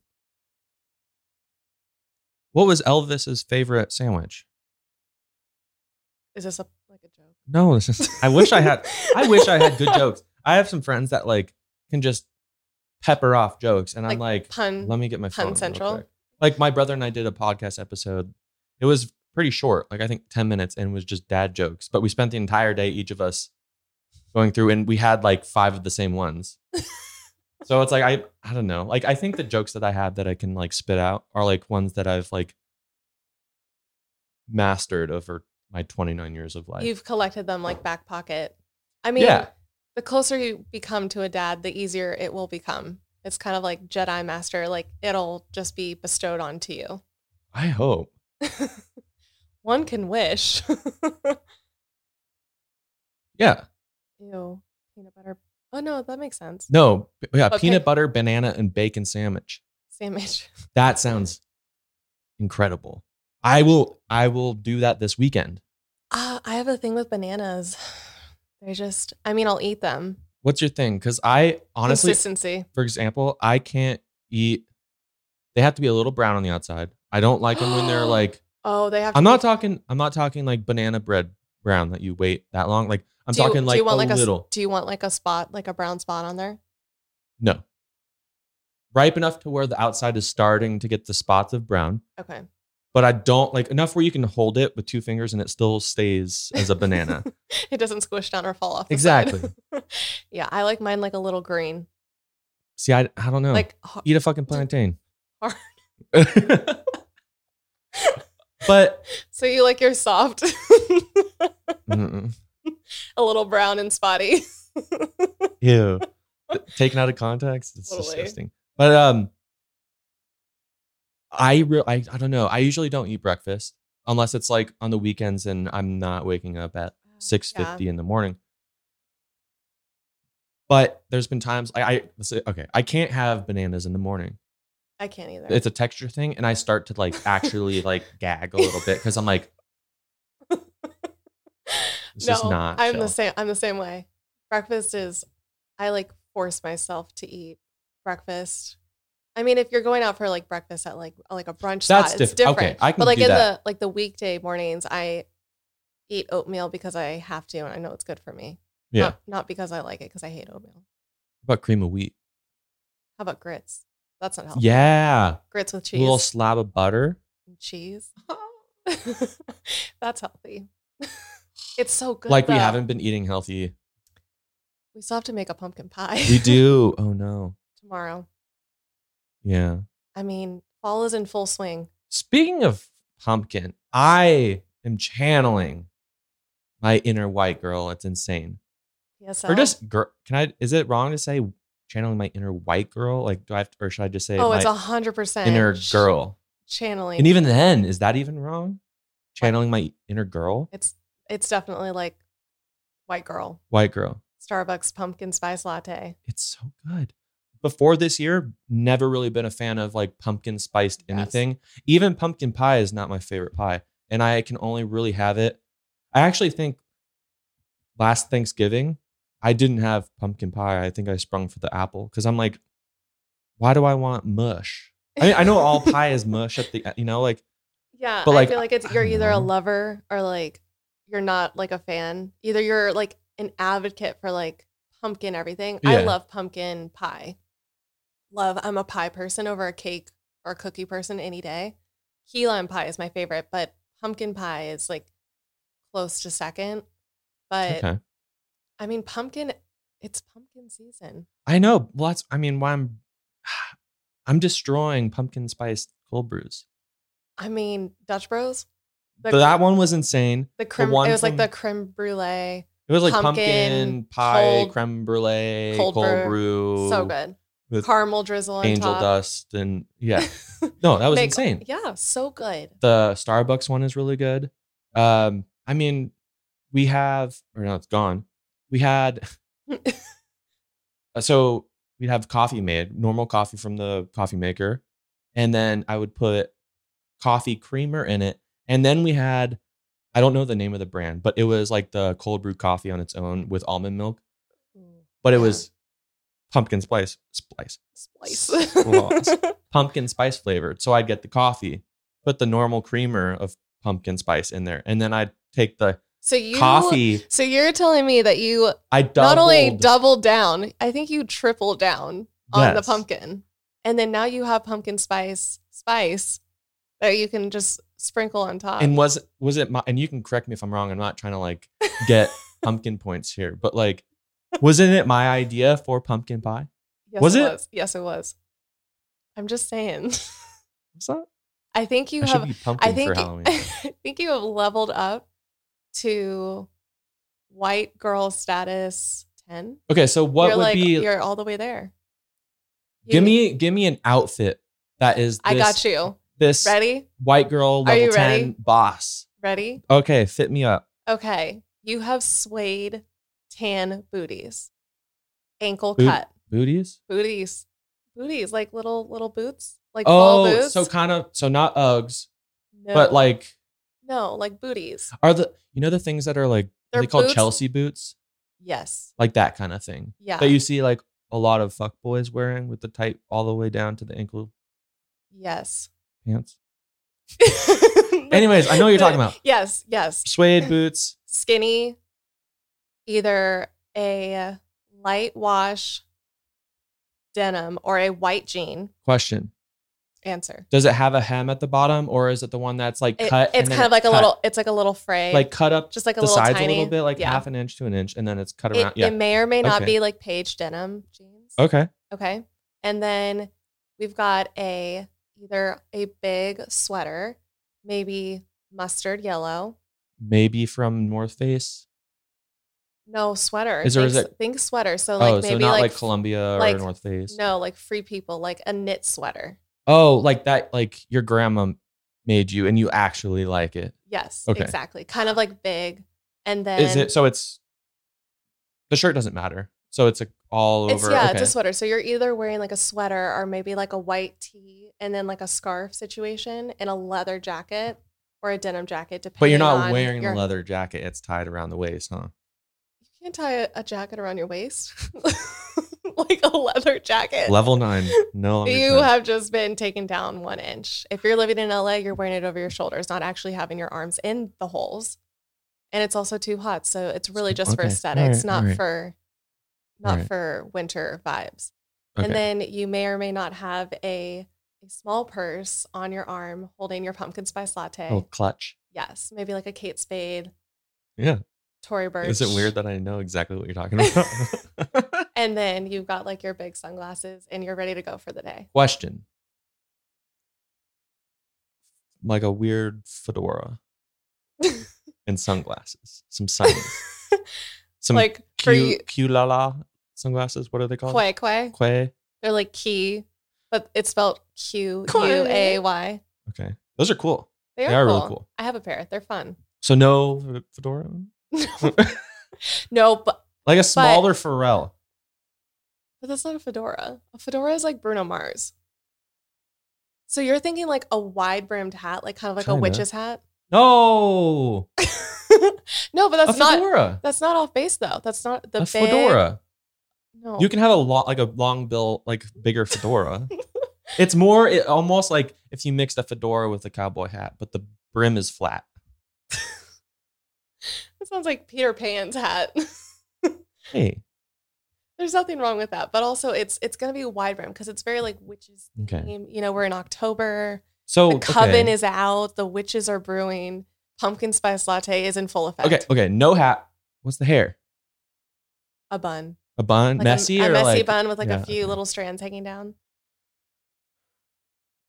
Speaker 2: What was Elvis's favorite sandwich?
Speaker 1: Is this a like a joke?
Speaker 2: No, this is, I wish I had I wish I had good jokes. I have some friends that like can just pepper off jokes, and I'm like,
Speaker 1: pun.
Speaker 2: let me get my
Speaker 1: Pun
Speaker 2: phone real
Speaker 1: Central.
Speaker 2: quick. Like my brother and I did a podcast episode. It was pretty short, like I think ten minutes, and was just dad jokes. But we spent the entire day, each of us, going through, and we had like five of the same ones. so it's like I I don't know. Like I think the jokes that I have that I can like spit out are like ones that I've like mastered over my 29 years of life.
Speaker 1: You've collected them like back pocket. I mean,
Speaker 2: Yeah.
Speaker 1: the closer you become to a dad, the easier it will become. It's kind of like Jedi Master, like it'll just be bestowed onto you.
Speaker 2: I hope.
Speaker 1: One can wish.
Speaker 2: Yeah.
Speaker 1: Ew, peanut butter. Oh no, that makes sense.
Speaker 2: No. b- Yeah.
Speaker 1: But
Speaker 2: Peanut
Speaker 1: pick-
Speaker 2: butter, banana, and bacon sandwich.
Speaker 1: Sandwich.
Speaker 2: That sounds incredible. I will. I will do that this weekend.
Speaker 1: Uh, I have a thing with bananas. They're just, I mean, I'll eat them.
Speaker 2: What's your thing? Because I honestly,
Speaker 1: Consistency.
Speaker 2: for example, I can't eat. They have to be a little brown on the outside. I don't like them when they're like.
Speaker 1: Oh, they have.
Speaker 2: I'm
Speaker 1: to
Speaker 2: not
Speaker 1: be-
Speaker 2: talking. I'm not talking like banana bread brown that you wait that long. Like I'm
Speaker 1: Do you-
Speaker 2: talking
Speaker 1: do
Speaker 2: like
Speaker 1: you want
Speaker 2: a
Speaker 1: like a s-
Speaker 2: little.
Speaker 1: Do you want like a spot, like a brown spot on there?
Speaker 2: no. Ripe enough to where the outside is starting to get the spots of brown.
Speaker 1: Okay.
Speaker 2: but I don't like enough where you can hold it with two fingers and it still stays as a banana.
Speaker 1: it doesn't squish down or fall off. the side.
Speaker 2: exactly.
Speaker 1: yeah, I like mine like a little green.
Speaker 2: See, I, I don't know.
Speaker 1: Like ho-
Speaker 2: Eat a fucking plantain.
Speaker 1: Hard.
Speaker 2: but
Speaker 1: so you like your soft,
Speaker 2: mm-mm.
Speaker 1: a little brown and spotty.
Speaker 2: ew, taken out of context, it's
Speaker 1: Totally.
Speaker 2: disgusting. But um, I real I, I don't know. I usually don't eat breakfast unless it's like on the weekends and I'm not waking up at six
Speaker 1: Yeah.
Speaker 2: fifty in the morning. But there's been times I, I let's say- okay I can't have bananas in the morning.
Speaker 1: I can't either.
Speaker 2: It's a texture thing, and I start to like actually like gag a little bit because I'm like, this is not.
Speaker 1: I'm
Speaker 2: chill.
Speaker 1: the same. I'm the same way. Breakfast is, I like force myself to eat breakfast. I mean, if you're going out for like breakfast at like like a brunch
Speaker 2: That's
Speaker 1: spot, it's
Speaker 2: different.
Speaker 1: different.
Speaker 2: Okay, I can
Speaker 1: but like
Speaker 2: do
Speaker 1: in
Speaker 2: that.
Speaker 1: the like the weekday mornings, I eat oatmeal because I have to and I know it's good for me.
Speaker 2: Yeah.
Speaker 1: Not, not because I like it, because I hate oatmeal.
Speaker 2: What about cream of wheat?
Speaker 1: How about grits? That's not healthy.
Speaker 2: Yeah,
Speaker 1: Grits with
Speaker 2: a
Speaker 1: cheese.
Speaker 2: little slab of butter.
Speaker 1: and cheese. That's healthy. it's so good.
Speaker 2: like we
Speaker 1: though.
Speaker 2: haven't been eating healthy.
Speaker 1: We still have to make a pumpkin pie.
Speaker 2: We do. oh no.
Speaker 1: tomorrow.
Speaker 2: Yeah.
Speaker 1: I mean, fall is in full swing.
Speaker 2: Speaking of pumpkin, I am channeling my inner white girl. It's insane.
Speaker 1: Yes,
Speaker 2: Or just girl? Can I? Is it wrong to say channeling my inner white girl? Like, do I have to, or should I just say
Speaker 1: oh, it's a
Speaker 2: my
Speaker 1: hundred percent
Speaker 2: inner girl?
Speaker 1: channeling.
Speaker 2: And even then, is that even wrong? Channeling my inner girl,
Speaker 1: it's it's definitely like white girl
Speaker 2: white girl.
Speaker 1: Starbucks pumpkin spice latte.
Speaker 2: It's so good. Before this year, never really been a fan of like pumpkin spiced
Speaker 1: Yes.
Speaker 2: anything. Even pumpkin pie is not my favorite pie, and I can only really have it. I actually think last Thanksgiving, I didn't have pumpkin pie. I think I sprung for the apple because I'm like, why do I want mush? I mean, I know all pie is mush at the you know like
Speaker 1: Yeah,
Speaker 2: But, like,
Speaker 1: I feel like
Speaker 2: I-
Speaker 1: it's
Speaker 2: I
Speaker 1: you're
Speaker 2: don't
Speaker 1: either a
Speaker 2: know.
Speaker 1: lover or like you're not like a fan. Either you're like an advocate for like pumpkin everything. I
Speaker 2: Yeah.
Speaker 1: love pumpkin pie. Love I'm a pie person over a cake or a cookie person any day. Key lime pie is my favorite, but pumpkin pie is like close to second. But
Speaker 2: okay.
Speaker 1: I mean pumpkin it's pumpkin season.
Speaker 2: I know well, that's I mean why I'm I'm destroying pumpkin spice cold brews.
Speaker 1: I mean Dutch Bros.
Speaker 2: But that one was insane.
Speaker 1: the creme,
Speaker 2: one
Speaker 1: it was
Speaker 2: from-
Speaker 1: like the creme
Speaker 2: It
Speaker 1: brulee,
Speaker 2: was like pumpkin,
Speaker 1: Pumpkin,
Speaker 2: pie,
Speaker 1: cold-
Speaker 2: creme brulee, cold,
Speaker 1: cold
Speaker 2: brew,
Speaker 1: so good.
Speaker 2: with
Speaker 1: Caramel drizzle on
Speaker 2: angel
Speaker 1: top.
Speaker 2: dust, and yeah, no, that was
Speaker 1: Make-
Speaker 2: insane.
Speaker 1: Yeah, so good.
Speaker 2: The Starbucks one is really good. Um, I mean, we have or no, it's gone. We had Uh, so we'd have coffee made, normal coffee from the coffee maker, and then I would put coffee creamer in it, and then we had. I don't know the name of the brand, but it was like the cold brew coffee on its own with almond milk, but it
Speaker 1: Yeah.
Speaker 2: was pumpkin spice, spice,
Speaker 1: Splice.
Speaker 2: Slice. pumpkin spice flavored. So I'd get the coffee, put the normal creamer of pumpkin spice in there, and then I'd take the
Speaker 1: so you
Speaker 2: coffee.
Speaker 1: So you're telling me that you
Speaker 2: I doubled,
Speaker 1: not only doubled down, I think you tripled down on the
Speaker 2: Yes.
Speaker 1: pumpkin, and then now you have pumpkin spice spice that you can just sprinkle on top.
Speaker 2: and was was it my and you can correct me if i'm wrong i'm not trying to like get pumpkin points here but like wasn't it my idea for pumpkin pie
Speaker 1: yes,
Speaker 2: was it?
Speaker 1: Was. Yes, it was. I'm just saying.
Speaker 2: what's that
Speaker 1: I think you
Speaker 2: i
Speaker 1: have
Speaker 2: should be pumpkin
Speaker 1: I think
Speaker 2: for halloween
Speaker 1: I think you have leveled up to white girl status ten.
Speaker 2: okay so what
Speaker 1: you're
Speaker 2: would
Speaker 1: like
Speaker 2: be
Speaker 1: you're all the way there. You-
Speaker 2: give me give me an outfit that is this,
Speaker 1: I got you.
Speaker 2: this
Speaker 1: Ready?
Speaker 2: white girl level
Speaker 1: you
Speaker 2: 10
Speaker 1: ready?
Speaker 2: boss
Speaker 1: Ready?
Speaker 2: okay fit me up
Speaker 1: Okay. You have suede tan booties. Ankle
Speaker 2: Boot-
Speaker 1: cut.
Speaker 2: booties
Speaker 1: Booties. Booties. Like little little boots. Like ball
Speaker 2: oh
Speaker 1: boots.
Speaker 2: so kind of so not uggs
Speaker 1: no,
Speaker 2: but like
Speaker 1: No, like booties.
Speaker 2: are the you know the things that are like are
Speaker 1: They're
Speaker 2: they called
Speaker 1: boots-
Speaker 2: chelsea boots
Speaker 1: Yes.
Speaker 2: like that kind of thing
Speaker 1: Yeah.
Speaker 2: that you see like a lot of fuck boys wearing with the tight all the way down to the ankle
Speaker 1: yes.
Speaker 2: pants. Anyways, I know what you're talking about.
Speaker 1: Yes, yes.
Speaker 2: Suede boots.
Speaker 1: skinny, either a light wash denim or a white jean.
Speaker 2: Question:
Speaker 1: Answer.
Speaker 2: Does it have a hem at the bottom, or is it the one that's like
Speaker 1: It-
Speaker 2: cut? and
Speaker 1: it's
Speaker 2: then
Speaker 1: kind of like a
Speaker 2: cut-
Speaker 1: little. It's like a little fray.
Speaker 2: like cut up
Speaker 1: just like a
Speaker 2: the
Speaker 1: little
Speaker 2: sides
Speaker 1: tiny.
Speaker 2: a little bit, like
Speaker 1: yeah.
Speaker 2: half an inch to an inch, and then it's cut
Speaker 1: It,
Speaker 2: around. yeah.
Speaker 1: it may or may not
Speaker 2: Okay. Oh.
Speaker 1: be like page denim jeans.
Speaker 2: okay.
Speaker 1: Okay. And then we've got a either a big sweater, maybe mustard yellow.
Speaker 2: Maybe from North Face.
Speaker 1: No sweater.
Speaker 2: Is there-
Speaker 1: think,
Speaker 2: is
Speaker 1: s- think sweater. So
Speaker 2: oh,
Speaker 1: like
Speaker 2: so
Speaker 1: maybe
Speaker 2: not like,
Speaker 1: like,
Speaker 2: Columbia
Speaker 1: like-
Speaker 2: or North Face.
Speaker 1: no, like free people, like a knit sweater.
Speaker 2: Oh, like that. Like your grandma made you, and you actually like it.
Speaker 1: Yes,
Speaker 2: Okay.
Speaker 1: exactly. Kind of like big, and then
Speaker 2: Is it? So it's the shirt doesn't matter. So it's like all
Speaker 1: it's
Speaker 2: over.
Speaker 1: yeah,
Speaker 2: okay.
Speaker 1: it's a sweater. So you're either wearing like a sweater or maybe like a white tee, and then like a scarf situation, and a leather jacket or a denim jacket. Depending
Speaker 2: But you're not
Speaker 1: on
Speaker 2: wearing
Speaker 1: your-
Speaker 2: the leather jacket. It's tied around the waist, huh?
Speaker 1: You can't tie a, a jacket around your waist, like a leather jacket.
Speaker 2: Level nine. No longer.
Speaker 1: you
Speaker 2: tied.
Speaker 1: have just been taken down one inch. If you're living in LA, you're wearing it over your shoulders, not actually having your arms in the holes. And it's also too hot, so it's really just for
Speaker 2: Okay.
Speaker 1: aesthetics,
Speaker 2: Alright,
Speaker 1: not
Speaker 2: alright.
Speaker 1: for not
Speaker 2: Alright.
Speaker 1: for winter vibes.
Speaker 2: Okay.
Speaker 1: And then you may or may not have a, a small purse on your arm holding your pumpkin spice latte.
Speaker 2: oh, clutch.
Speaker 1: Yes, maybe like a Kate Spade,
Speaker 2: Yeah.
Speaker 1: Tory Burch.
Speaker 2: Is it weird that I know exactly what you're talking about?
Speaker 1: And then you've got like your big sunglasses, and you're ready to go for the day.
Speaker 2: Question. Like a weird fedora and sunglasses, some signings, some like
Speaker 1: like for you,
Speaker 2: Q, Q la la sunglasses. What are they called?
Speaker 1: quay quay.
Speaker 2: Quay.
Speaker 1: They're like key, but it's spelled Q U
Speaker 2: Quay.
Speaker 1: A Y.
Speaker 2: Okay, those are cool.
Speaker 1: They are,
Speaker 2: They are
Speaker 1: cool.
Speaker 2: really cool.
Speaker 1: I have a pair. They're fun.
Speaker 2: So no f- fedora,
Speaker 1: No, but,
Speaker 2: like a smaller Pharrell.
Speaker 1: but that's not a fedora. A fedora is like Bruno Mars. So you're thinking like a wide brimmed hat, like kind of like
Speaker 2: Kinda.
Speaker 1: a witch's hat.
Speaker 2: No,
Speaker 1: no, but that's
Speaker 2: a
Speaker 1: not
Speaker 2: fedora.
Speaker 1: that's not off base though. That's not the
Speaker 2: a
Speaker 1: big-
Speaker 2: fedora.
Speaker 1: No,
Speaker 2: You can have a lot like a long bill, like bigger fedora. it's more it almost like if you mixed a fedora with a cowboy hat, but the brim is flat.
Speaker 1: that sounds like Peter Pan's hat.
Speaker 2: Hey.
Speaker 1: There's nothing wrong with that, but also it's it's gonna be wide brim because it's very like witches
Speaker 2: Okay.
Speaker 1: theme. You know, we're in October.
Speaker 2: So
Speaker 1: the coven
Speaker 2: Oh, okay.
Speaker 1: is out. The witches are brewing. Pumpkin spice latte is in full effect.
Speaker 2: Okay, okay. No hat. What's the hair?
Speaker 1: a bun,
Speaker 2: A bun?
Speaker 1: like a-
Speaker 2: messy
Speaker 1: a,
Speaker 2: or
Speaker 1: messy
Speaker 2: like
Speaker 1: bun with like
Speaker 2: yeah,
Speaker 1: a few
Speaker 2: okay.
Speaker 1: little strands hanging down.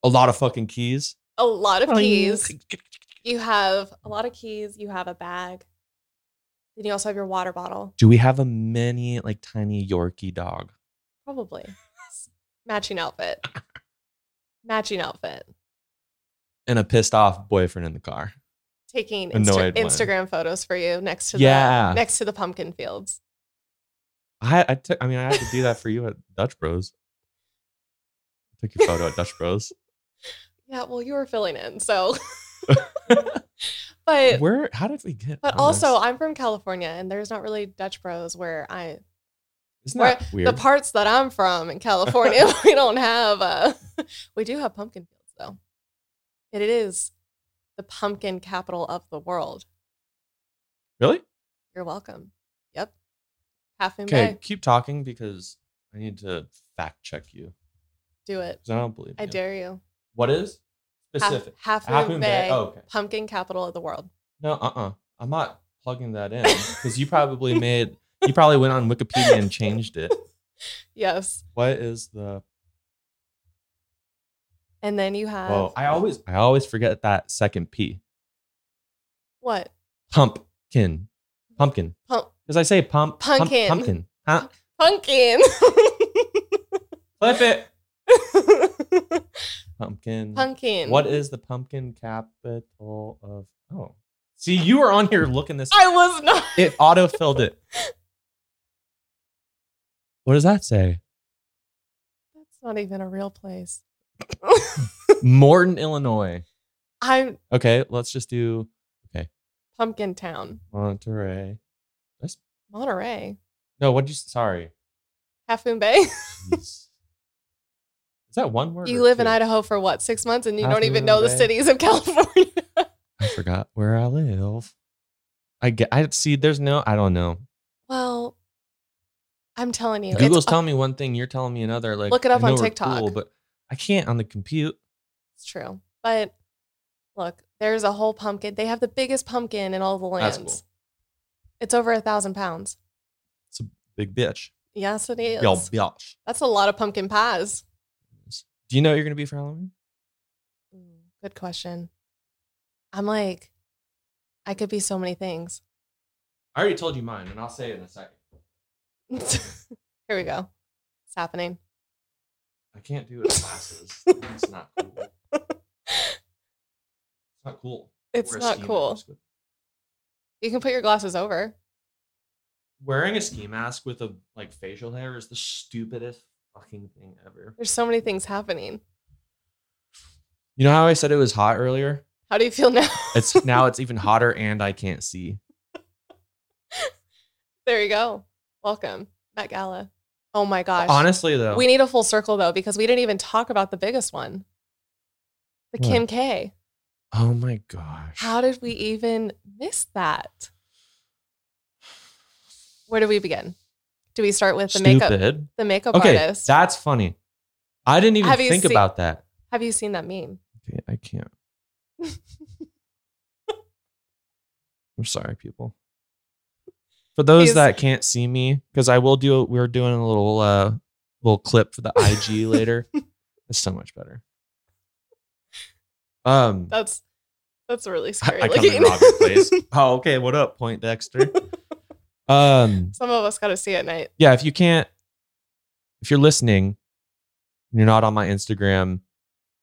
Speaker 2: a lot of fucking keys?
Speaker 1: A lot of
Speaker 2: Oh,
Speaker 1: keys. You have a lot of keys. You have a bag. Then you also have your water bottle,
Speaker 2: Do we have a mini like tiny Yorkie dog?
Speaker 1: probably. Matching outfit. Matching outfit.
Speaker 2: And a pissed off boyfriend in the car.
Speaker 1: Taking Insta-
Speaker 2: Annoyed one.
Speaker 1: Instagram photos for you next to
Speaker 2: Yeah.
Speaker 1: the next to the pumpkin fields.
Speaker 2: I I took I mean I had to do that for you at Dutch Bros. I took your photo at Dutch Bros.
Speaker 1: Yeah, well, you were filling in, so. but
Speaker 2: Where how did we get
Speaker 1: but
Speaker 2: on
Speaker 1: also,
Speaker 2: this?
Speaker 1: I'm from California, and there's not really Dutch Bros where I
Speaker 2: isn't that weird?
Speaker 1: the parts that I'm from in California, we don't have. Uh, we do have pumpkin fields though. It is the pumpkin capital of the world.
Speaker 2: really?
Speaker 1: You're welcome. Yep, Half Moon
Speaker 2: Okay,
Speaker 1: Bay.
Speaker 2: keep talking because I need to fact check you
Speaker 1: Do it.
Speaker 2: because I don't believe.
Speaker 1: I
Speaker 2: you.
Speaker 1: dare you.
Speaker 2: What is
Speaker 1: Half,
Speaker 2: specific?
Speaker 1: Half Moon,
Speaker 2: Half Moon
Speaker 1: Bay.
Speaker 2: Bay. Oh, okay.
Speaker 1: Pumpkin capital of the world.
Speaker 2: No, uh, uh-uh. uh. i am not plugging that in because you probably made. You probably went on Wikipedia and changed it.
Speaker 1: Yes.
Speaker 2: What is the?
Speaker 1: And then you have
Speaker 2: Oh, I always, I always forget that second P.
Speaker 1: what?
Speaker 2: Pumpkin, pumpkin.
Speaker 1: Pump,
Speaker 2: Because I say pump, pump-
Speaker 1: Pumpkin.
Speaker 2: pumpkin. Huh?
Speaker 1: pumpkin.
Speaker 2: Flip it. Pumpkin.
Speaker 1: pumpkin.
Speaker 2: What is the pumpkin capital of? Oh, see, you were on here looking this.
Speaker 1: I was not.
Speaker 2: It autofilled it. What does that say?
Speaker 1: That's not even a real place.
Speaker 2: Morton, Illinois.
Speaker 1: I'm
Speaker 2: Okay, let's just do
Speaker 1: Pumpkin Town,
Speaker 2: Monterey.
Speaker 1: Monterey,
Speaker 2: No, what'd you? Sorry.
Speaker 1: Half Moon Bay.
Speaker 2: Jeez. Is that one word?
Speaker 1: You
Speaker 2: or
Speaker 1: live in
Speaker 2: two?
Speaker 1: Idaho for what six months, and you
Speaker 2: Half
Speaker 1: don't even
Speaker 2: Moon
Speaker 1: know the
Speaker 2: Bay.
Speaker 1: cities of California.
Speaker 2: I forgot where I live. I get. I see. There's no. I don't know.
Speaker 1: well, I'm telling you,
Speaker 2: Google's
Speaker 1: it's,
Speaker 2: telling me one thing. You're telling me another. Like
Speaker 1: Look it up
Speaker 2: I know
Speaker 1: on
Speaker 2: we're
Speaker 1: TikTok.
Speaker 2: but I can't on the compute.
Speaker 1: it's true. But look, there's a whole pumpkin. They have the biggest pumpkin in all the lands.
Speaker 2: That's cool.
Speaker 1: It's over a thousand pounds.
Speaker 2: Big bitch.
Speaker 1: Yes, it is.
Speaker 2: Y'all bitch.
Speaker 1: That's a lot of pumpkin pies.
Speaker 2: Do you know what you're gonna be for Halloween?
Speaker 1: Ooh, Good question. I'm like, I could be so many things.
Speaker 2: I already told you mine, and I'll say it in a second.
Speaker 1: Here we go. It's happening.
Speaker 2: I can't do it in classes. it's not cool. It's not cool.
Speaker 1: It's
Speaker 2: Wear a
Speaker 1: not
Speaker 2: ski
Speaker 1: cool.
Speaker 2: mask with-
Speaker 1: You can put your glasses over.
Speaker 2: Wearing a ski mask with a like facial hair is the stupidest fucking thing ever.
Speaker 1: There's so many things happening.
Speaker 2: You know how I said it was hot earlier?
Speaker 1: How do you feel now?
Speaker 2: It's now it's even hotter and I can't see.
Speaker 1: there you go. Welcome, Met Gala. Oh my gosh.
Speaker 2: Honestly though,
Speaker 1: we need a full circle though because we didn't even talk about the biggest one, the
Speaker 2: What?
Speaker 1: Kim K.
Speaker 2: oh my gosh.
Speaker 1: How did we even miss that? Where do we begin? Do we start with the makeup?
Speaker 2: Stupid.
Speaker 1: The makeup
Speaker 2: Okay,
Speaker 1: artist.
Speaker 2: that's funny. I didn't even
Speaker 1: Have you
Speaker 2: think
Speaker 1: seen-
Speaker 2: about that.
Speaker 1: Have you seen that meme?
Speaker 2: Okay, I can't. I'm sorry, people. For those
Speaker 1: He's-
Speaker 2: that can't see me, because I will do. We're doing a little uh little clip for the IG later. It's so much better. Um,
Speaker 1: That's that's really
Speaker 2: I,
Speaker 1: scary
Speaker 2: I come in
Speaker 1: looking.
Speaker 2: Robbie's place. Oh, okay. What up, Point Dexter? Um,
Speaker 1: Some of us got to see at night.
Speaker 2: yeah, if you can't, if you're listening, and you're not on my Instagram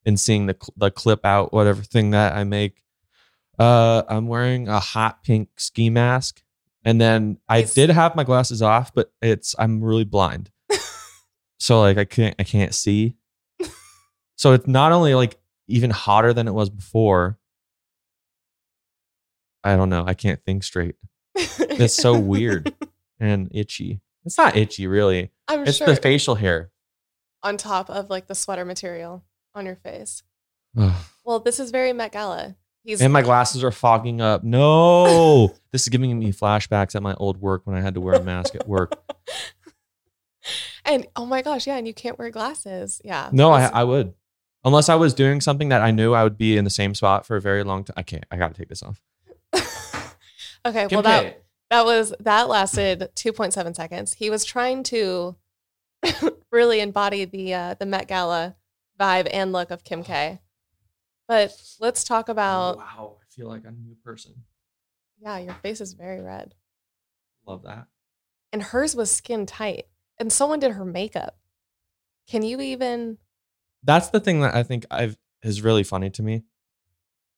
Speaker 2: and seeing the cl- the clip out, whatever thing that I make. Uh, I'm wearing a hot pink ski mask, and then I
Speaker 1: Nice.
Speaker 2: did have my glasses off, but it's I'm really blind, so like I can't I can't see. So it's not only like even hotter than it was before, I don't know. I can't think straight. It's so weird and itchy. It's not itchy, really.
Speaker 1: I'm
Speaker 2: it's
Speaker 1: sure
Speaker 2: the facial hair.
Speaker 1: on top of like the sweater material on your face.
Speaker 2: Ugh.
Speaker 1: Well, this is very Met Gala. He's
Speaker 2: And my glasses are fogging up. No, this is giving me flashbacks at my old work when I had to wear a mask at work.
Speaker 1: and oh my gosh, yeah, and you can't wear glasses. Yeah.
Speaker 2: No, I,
Speaker 1: It's-
Speaker 2: I would. Unless I was doing something that I knew I would be in the same spot for a very long time. I can't. I got to take this off.
Speaker 1: okay,
Speaker 2: Kim
Speaker 1: well that
Speaker 2: K.
Speaker 1: that was that lasted 2.7 seconds. He was trying to really embody the uh, the Met Gala vibe and look of Kim K. But let's talk about
Speaker 2: Oh, wow, I feel like I'm a new person.
Speaker 1: yeah, your face is very red.
Speaker 2: Love that.
Speaker 1: And hers was skin tight. And someone did her makeup. Can you even
Speaker 2: That's the thing that I think I've is really funny to me.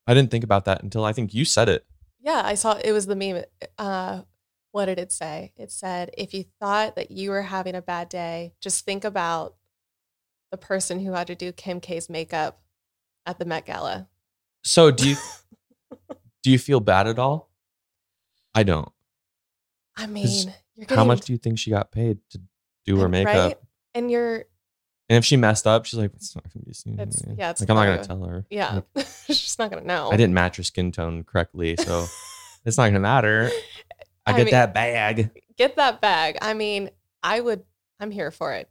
Speaker 2: I didn't think about that until I think you said it.
Speaker 1: Yeah, I saw it was the meme. Uh, what did it say? It said, if you thought that you were having a bad day, just think about the person who had to do Kim K's makeup at the Met Gala.
Speaker 2: So do you do you feel bad at all? I don't.
Speaker 1: I mean, you're getting
Speaker 2: How much do you think she got paid to do her
Speaker 1: Right?
Speaker 2: makeup?
Speaker 1: and you're
Speaker 2: And if she messed up, she's like, it's not gonna be seen.
Speaker 1: It's- yeah, it's
Speaker 2: like I'm not gonna
Speaker 1: not gonna-
Speaker 2: tell her.
Speaker 1: yeah,
Speaker 2: Like,
Speaker 1: she's not gonna know.
Speaker 2: I didn't match her skin tone correctly, so it's not gonna matter. I
Speaker 1: I
Speaker 2: get
Speaker 1: mean-
Speaker 2: that bag.
Speaker 1: Get that bag. I mean, I would. I'm here for it.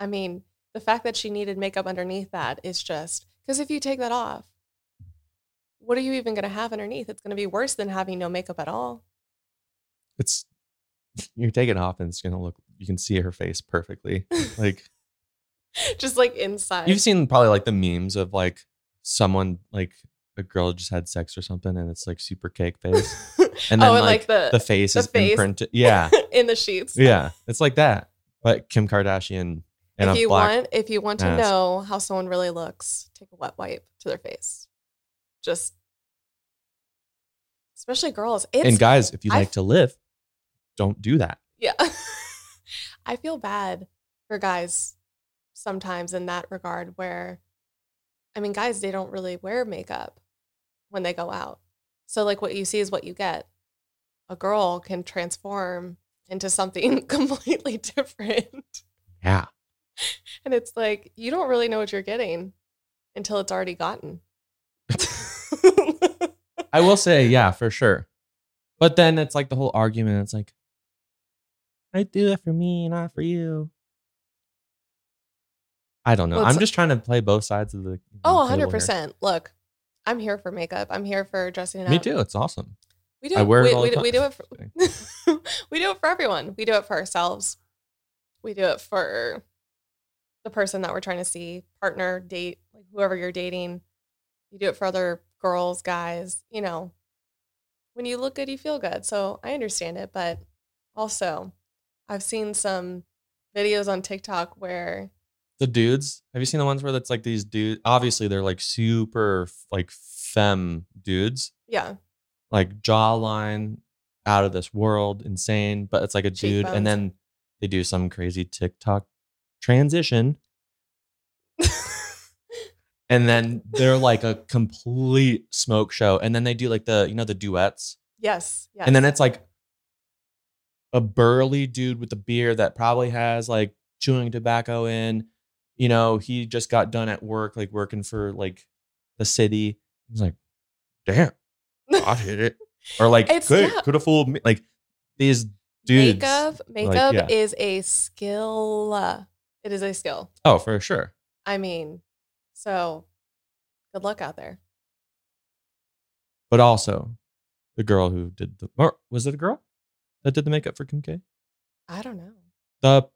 Speaker 1: I mean, the fact that she needed makeup underneath that is just because if you take that off, what are you even gonna have underneath? It's gonna be worse than having no makeup at all.
Speaker 2: It's you take it off and it's gonna look you can see her face perfectly. Like
Speaker 1: just like inside.
Speaker 2: you've seen probably like the memes of like someone like a girl just had sex or something and it's like super cake face. And then
Speaker 1: oh, and
Speaker 2: like,
Speaker 1: like,
Speaker 2: the
Speaker 1: the,
Speaker 2: face
Speaker 1: the
Speaker 2: is
Speaker 1: face.
Speaker 2: imprinted. Yeah.
Speaker 1: in the sheets.
Speaker 2: Yeah. It's like that. But Kim Kardashian and
Speaker 1: if
Speaker 2: a
Speaker 1: you
Speaker 2: black
Speaker 1: want, if you want to
Speaker 2: mask.
Speaker 1: know how someone really looks, take a wet wipe to their face. Just, especially girls. It's
Speaker 2: and guys, if you
Speaker 1: I-
Speaker 2: like to live, don't do that.
Speaker 1: yeah. I feel bad for guys sometimes in that regard, where, I mean, guys they don't really wear makeup when they go out. So like, what you see is what you get. A girl can transform into something completely different.
Speaker 2: Yeah.
Speaker 1: And it's like, you don't really know what you're getting until it's already gotten.
Speaker 2: I will say, yeah, for sure. But then it's like the whole argument. It's like, I do it for me, not for you. I don't know.
Speaker 1: Well, it's-
Speaker 2: I'm just trying to play both sides of the.
Speaker 1: oh,
Speaker 2: table here.
Speaker 1: 100%. Look, I'm here for makeup. I'm here for dressing it up.
Speaker 2: Me too. It's awesome.
Speaker 1: We do
Speaker 2: I
Speaker 1: it,
Speaker 2: wear
Speaker 1: we,
Speaker 2: it all
Speaker 1: we,
Speaker 2: the
Speaker 1: do- we do
Speaker 2: time.
Speaker 1: it for, We do it for everyone. We do it for ourselves. We do it for the person that we're trying to see, partner, date, like whoever you're dating. You do it for other girls, guys, you know. When you look good, you feel good. So I understand it, but also I've seen some videos on TikTok where
Speaker 2: The dudes. Have you seen the ones where it's like these dudes? Obviously, they're like super like femme dudes,
Speaker 1: yeah,
Speaker 2: like jawline out of this world, insane. But it's like a dude,
Speaker 1: Cheekbones.
Speaker 2: and then they do some crazy TikTok transition. and then they're like a complete smoke show and then they do like the you know the duets
Speaker 1: yes, yes.
Speaker 2: and then it's like a burly dude with a beard that probably has like chewing tobacco in you know he just got done at work like working for like the city he's like damn i hit it or like
Speaker 1: It's
Speaker 2: good
Speaker 1: not-
Speaker 2: could have fooled me like these dudes
Speaker 1: makeup makeup
Speaker 2: yeah.
Speaker 1: is a skill. It is a skill.
Speaker 2: oh for sure
Speaker 1: I mean, so good luck out there.
Speaker 2: but also the girl who did the or was it a girl that did the makeup for kim k
Speaker 1: I don't know.
Speaker 2: the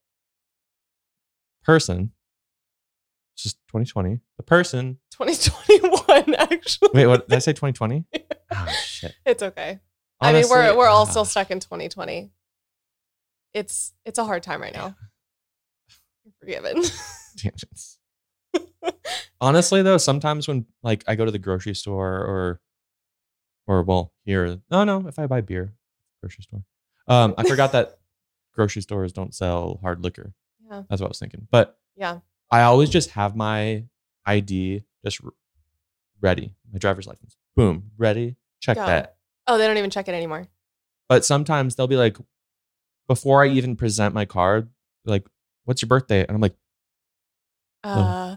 Speaker 2: person it's just 2020 the person
Speaker 1: 2021, actually.
Speaker 2: wait what did i say 2020 oh shit
Speaker 1: It's okay. I mean, we're
Speaker 2: Honestly,
Speaker 1: we're all
Speaker 2: ah,
Speaker 1: still stuck in 2020. It's it's a hard time right now. You're forgiven.
Speaker 2: tangents. honestly though sometimes when like i go to the grocery store or or well here no no if i buy beer grocery store um i forgot that grocery stores don't sell hard liquor
Speaker 1: yeah,
Speaker 2: that's what i was thinking but
Speaker 1: yeah.
Speaker 2: I always just have my ID just r- ready, my driver's license. Boom, ready. Check
Speaker 1: Go.
Speaker 2: that.
Speaker 1: Oh, they don't even check it anymore.
Speaker 2: But sometimes they'll be like, before I even present my card, they're like, what's your birthday? And I'm like,
Speaker 1: Uh,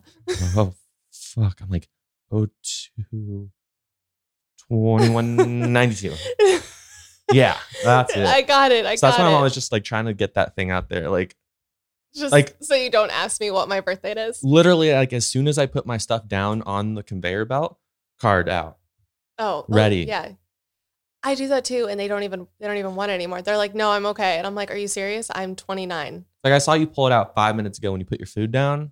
Speaker 2: oh, fuck. I'm like, oh, two, 2192. yeah, that's it.
Speaker 1: Uh, I got it. I
Speaker 2: so
Speaker 1: got
Speaker 2: that's why I'm
Speaker 1: it.
Speaker 2: always just like trying to get that thing out there. Like,
Speaker 1: Just
Speaker 2: like-
Speaker 1: so you don't ask me what my birthday it is.
Speaker 2: literally, like, as soon as I put my stuff down on the conveyor belt, card out.
Speaker 1: Oh, oh,
Speaker 2: Ready.
Speaker 1: yeah. I do that too, and they don't even they don't even want it anymore. They're like, "No, I'm okay," and I'm like, "Are you serious? I'm 29."
Speaker 2: Like, I saw you pull it out five minutes ago when you put your food down.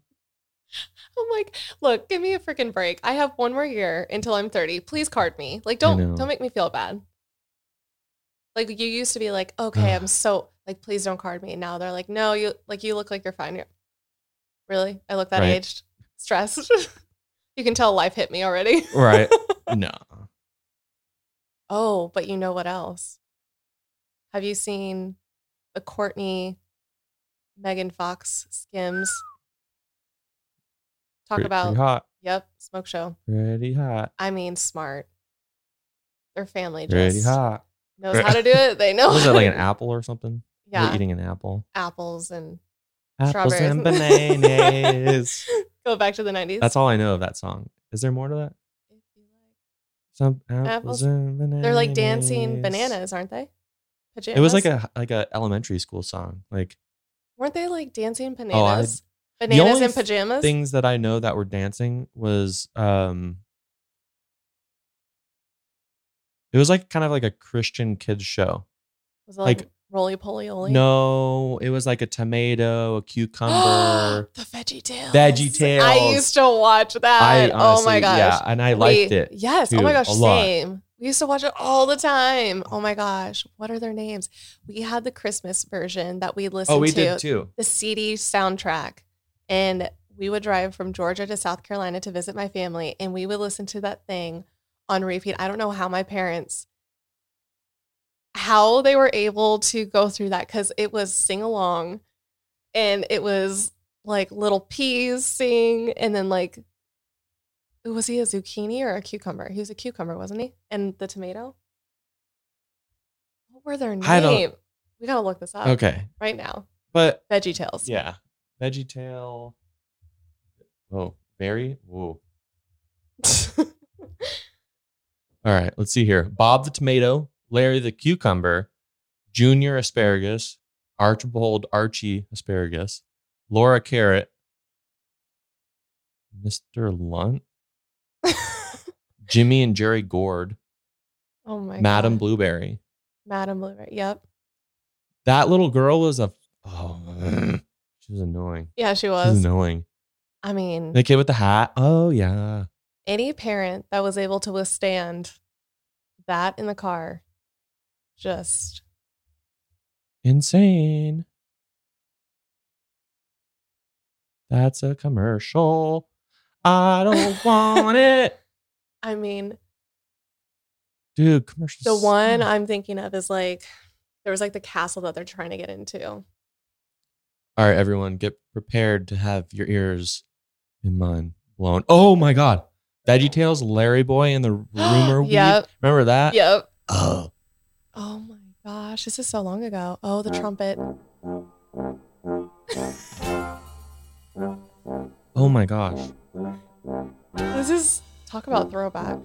Speaker 1: I'm like, "Look, give me a freaking break. I have one more year until I'm 30. Please card me. Like,
Speaker 2: know.
Speaker 1: don't don't make me feel bad." Like you used to be like, "Okay, I'm so like, please don't card me." Now they're like, "No, you like you look like you're fine." You're- Really, I look that
Speaker 2: Right.
Speaker 1: aged, stressed. you can tell life hit me already.
Speaker 2: Right. no.
Speaker 1: Oh, but you know what else? Have you seen the Courtney Megan Fox skims? Talk
Speaker 2: Pretty-
Speaker 1: about
Speaker 2: pretty hot.
Speaker 1: yep, smoke show.
Speaker 2: Pretty hot.
Speaker 1: I mean smart. Their family
Speaker 2: Pretty
Speaker 1: just
Speaker 2: hot.
Speaker 1: knows how to do it. They know.
Speaker 2: What was that
Speaker 1: how to
Speaker 2: like an
Speaker 1: do-
Speaker 2: apple or something? They were
Speaker 1: Yeah.
Speaker 2: eating an apple.
Speaker 1: Apples and
Speaker 2: Apples
Speaker 1: Strawberries.
Speaker 2: and bananas.
Speaker 1: go back to the nineties.
Speaker 2: That's all I know of that song. Is there more to that? Some apples,
Speaker 1: Apples.
Speaker 2: and bananas.
Speaker 1: They're like dancing bananas, aren't they? Pajamas.
Speaker 2: It was like a like a elementary school song. Like
Speaker 1: weren't they like dancing
Speaker 2: Oh, I-
Speaker 1: bananas? bananas
Speaker 2: only
Speaker 1: and pajamas?
Speaker 2: things that I know that were dancing was um It was like kind of like a Christian kids show.
Speaker 1: was it like,
Speaker 2: like-
Speaker 1: roly poly oly?
Speaker 2: No, it was like a tomato, a cucumber.
Speaker 1: the Veggie Tales.
Speaker 2: Veggie Tales.
Speaker 1: I used to watch that.
Speaker 2: I
Speaker 1: oh my
Speaker 2: honestly-
Speaker 1: gosh.
Speaker 2: Yeah, and I liked
Speaker 1: We-
Speaker 2: it.
Speaker 1: Yes. oh
Speaker 2: too,
Speaker 1: my gosh.
Speaker 2: a lot.
Speaker 1: Same. We used to watch it all the time. Oh my gosh. What are their names? We had the Christmas version that we listened
Speaker 2: Oh, we
Speaker 1: to.
Speaker 2: did too.
Speaker 1: The CD soundtrack. And we would drive from Georgia to South Carolina to visit my family. And we would listen to that thing on repeat. I don't know how my parents how they were able to go through that because it was sing along and it was like little peas sing and then like was he a zucchini or a cucumber? He was a cucumber, wasn't he? And the tomato? What were their
Speaker 2: I don't-
Speaker 1: names? We gotta look this up
Speaker 2: Okay.
Speaker 1: right now.
Speaker 2: But
Speaker 1: Veggie Tales.
Speaker 2: yeah, Veggie Tale. Oh, berry. Whoa. All right, let's see here. Bob the tomato, Larry the cucumber, Junior asparagus, Archibald Archie asparagus, Laura carrot, Mr. Lunt, Jimmy and Jerry Gourd,
Speaker 1: oh my
Speaker 2: Madam
Speaker 1: God.
Speaker 2: Blueberry.
Speaker 1: Madam Blueberry. Yep.
Speaker 2: That little girl was a oh, she was annoying.
Speaker 1: Yeah, she
Speaker 2: She was
Speaker 1: was.
Speaker 2: annoying.
Speaker 1: I mean,
Speaker 2: The kid with the hat. Oh yeah.
Speaker 1: any parent that was able to withstand that in the car, just
Speaker 2: Insane. That's a commercial. I don't want it.
Speaker 1: I mean,
Speaker 2: Dude, commercials.
Speaker 1: the one
Speaker 2: suck.
Speaker 1: I'm thinking of is like there was like the castle that they're trying to get into.
Speaker 2: All right, everyone, get prepared to have your ears and mine blown. Oh my God. VeggieTales, Larry Boy, and the Rumor Weed.
Speaker 1: Yep.
Speaker 2: Remember that?
Speaker 1: Yep.
Speaker 2: Uh, Oh.
Speaker 1: Oh my gosh, this is so long ago. Oh, the trumpet.
Speaker 2: Oh my gosh.
Speaker 1: This is talk about throwback.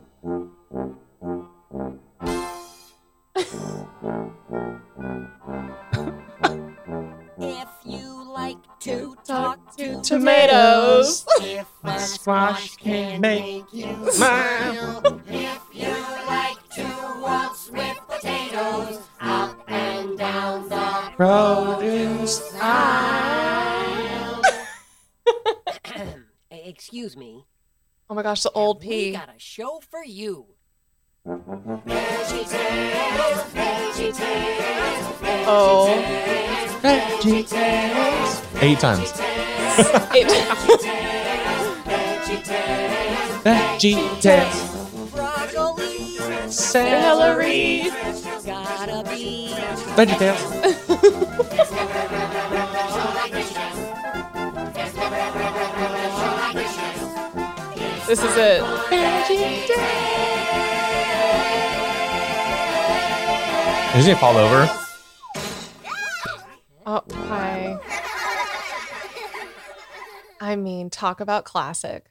Speaker 3: If you like to
Speaker 1: Talk
Speaker 3: talk to
Speaker 1: Tomatoes.
Speaker 3: if a squash can make you smile, if you like to waltz with potatoes, up and down the
Speaker 2: Produce.
Speaker 3: aisle. Excuse me.
Speaker 1: Oh my gosh, the old
Speaker 3: We
Speaker 1: P.
Speaker 3: got a show for you.
Speaker 1: Oh.
Speaker 2: Eight times. VeggieTales.
Speaker 3: Broccoli,
Speaker 1: Celery.
Speaker 3: gotta be
Speaker 2: VeggieTales.
Speaker 1: This is it.
Speaker 2: Does he fall over?
Speaker 1: Oh, I. I mean, talk about classic.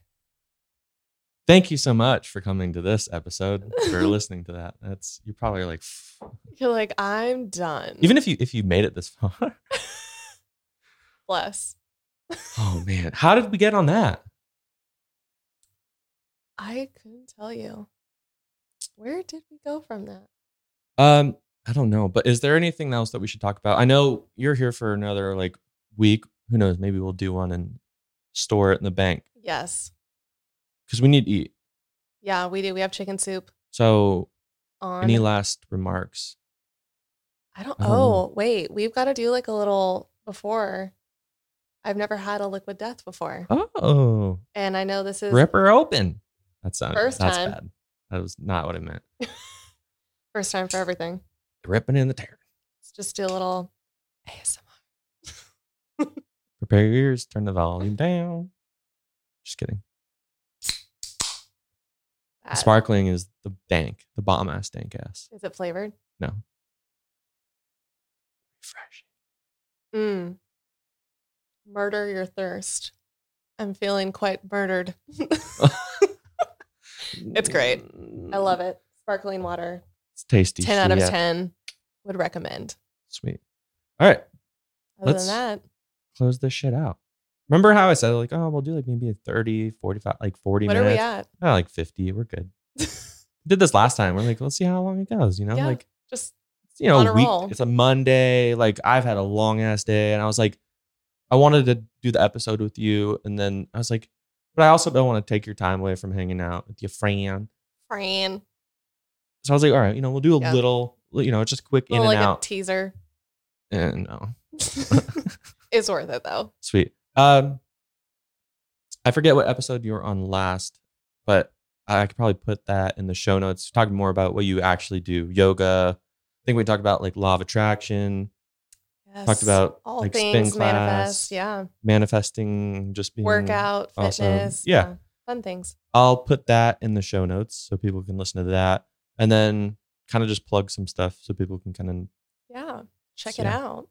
Speaker 2: Thank you so much for coming to this episode for listening to that. That's you're probably like, "Pff."
Speaker 1: You're like, I'm done.
Speaker 2: even if you if you made it this far.
Speaker 1: Bless.
Speaker 2: Oh man, how did we get on that?
Speaker 1: I couldn't tell you. Where did we go from that?
Speaker 2: Um, I don't know, but is there anything else that we should talk about? I know you're here for another like week. Who knows? Maybe we'll do one and store it in the bank
Speaker 1: Yes.
Speaker 2: because we need to eat.
Speaker 1: Yeah, we do. We have chicken soup
Speaker 2: So,
Speaker 1: on.
Speaker 2: any last remarks?
Speaker 1: I don't.
Speaker 2: I don't know.
Speaker 1: Oh, wait. We've got to do like a little before. I've never had a liquid death before,
Speaker 2: Oh,
Speaker 1: and I know this is
Speaker 2: rip her open. That's not,
Speaker 1: First
Speaker 2: that's
Speaker 1: time.
Speaker 2: bad. That was not what I meant.
Speaker 1: first time for everything.
Speaker 2: Ripping in the tear.
Speaker 1: Let's just do a little ASMR.
Speaker 2: Prepare your ears. Turn the volume down. Just kidding.
Speaker 1: That-
Speaker 2: Sparkling is the dank, the bomb ass dank ass.
Speaker 1: Is it flavored?
Speaker 2: No. Refresh.
Speaker 1: Mm. Murder your thirst. I'm feeling quite murdered. It's great. I love it. Sparkling water.
Speaker 2: Mm, It's tasty.
Speaker 1: 10 out of
Speaker 2: Yeah.
Speaker 1: 10 would recommend.
Speaker 2: Sweet. All right.
Speaker 1: Other
Speaker 2: Let's-
Speaker 1: than that,
Speaker 2: Close this shit out. Remember how I said, like, oh, we'll do like maybe a 30, 45, like 40
Speaker 1: what are
Speaker 2: minutes?
Speaker 1: we at?
Speaker 2: Oh, like 50. We're good. Did this last time. We're like, let's see how long it goes, you know?
Speaker 1: Yeah.
Speaker 2: Like,
Speaker 1: Just
Speaker 2: it's, you know,
Speaker 1: On a
Speaker 2: a week.
Speaker 1: roll.
Speaker 2: It's a Monday. Like, I've had a long ass day. And I was like, I wanted to do the episode with you. And then I was like, but I also don't want to take your time away from hanging out with your friend.
Speaker 1: Fran.
Speaker 2: So I was like, all right, you know, we'll do a
Speaker 1: Yeah.
Speaker 2: little, you know, just quick in
Speaker 1: Well,
Speaker 2: and
Speaker 1: like a
Speaker 2: out.
Speaker 1: teaser.
Speaker 2: and no.
Speaker 1: it's worth it though.
Speaker 2: Sweet. Um, I forget what episode you were on last, but I could probably put that in the show notes. Talk more about what you actually do, yoga. I think we talked about like law of attraction,
Speaker 1: Yes.
Speaker 2: Talked about,
Speaker 1: all
Speaker 2: like, spin
Speaker 1: things
Speaker 2: class,
Speaker 1: manifest. Yeah.
Speaker 2: manifesting, just being
Speaker 1: Workout,
Speaker 2: awesome.
Speaker 1: fitness.
Speaker 2: Yeah.
Speaker 1: Fun things.
Speaker 2: I'll put that in the show notes so people can listen to that, and then kind of just plug some stuff so people can kind of
Speaker 1: Yeah. Check
Speaker 2: Yeah.
Speaker 1: it out.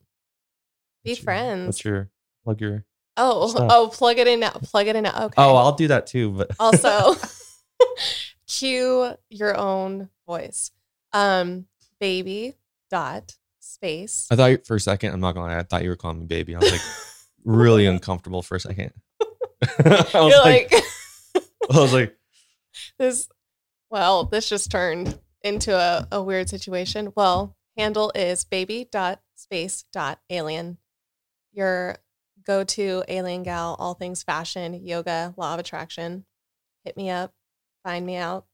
Speaker 1: Be
Speaker 2: What's
Speaker 1: friends.
Speaker 2: your plug your?
Speaker 1: Oh,
Speaker 2: stuff?
Speaker 1: oh, plug it in now. Plug it in now. Okay.
Speaker 2: Oh, I'll do that too. But
Speaker 1: also cue your own voice um baby dot space
Speaker 2: I thought you- for a second, I'm not gonna lie, I thought you were calling me baby. I was like really uncomfortable for a second. I was
Speaker 1: you're like,
Speaker 2: I was like,
Speaker 1: this well this just turned into a, a weird situation well handle is baby dot space dot alien your go-to alien gal all things fashion yoga law of attraction hit me up find me out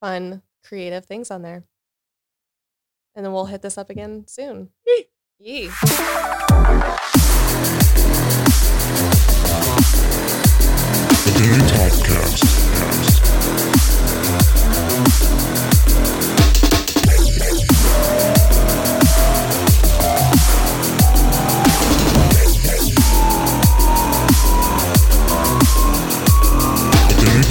Speaker 1: fun creative things on there and then we'll hit this up again soon Yee.
Speaker 4: The Daily Podcast. The Daily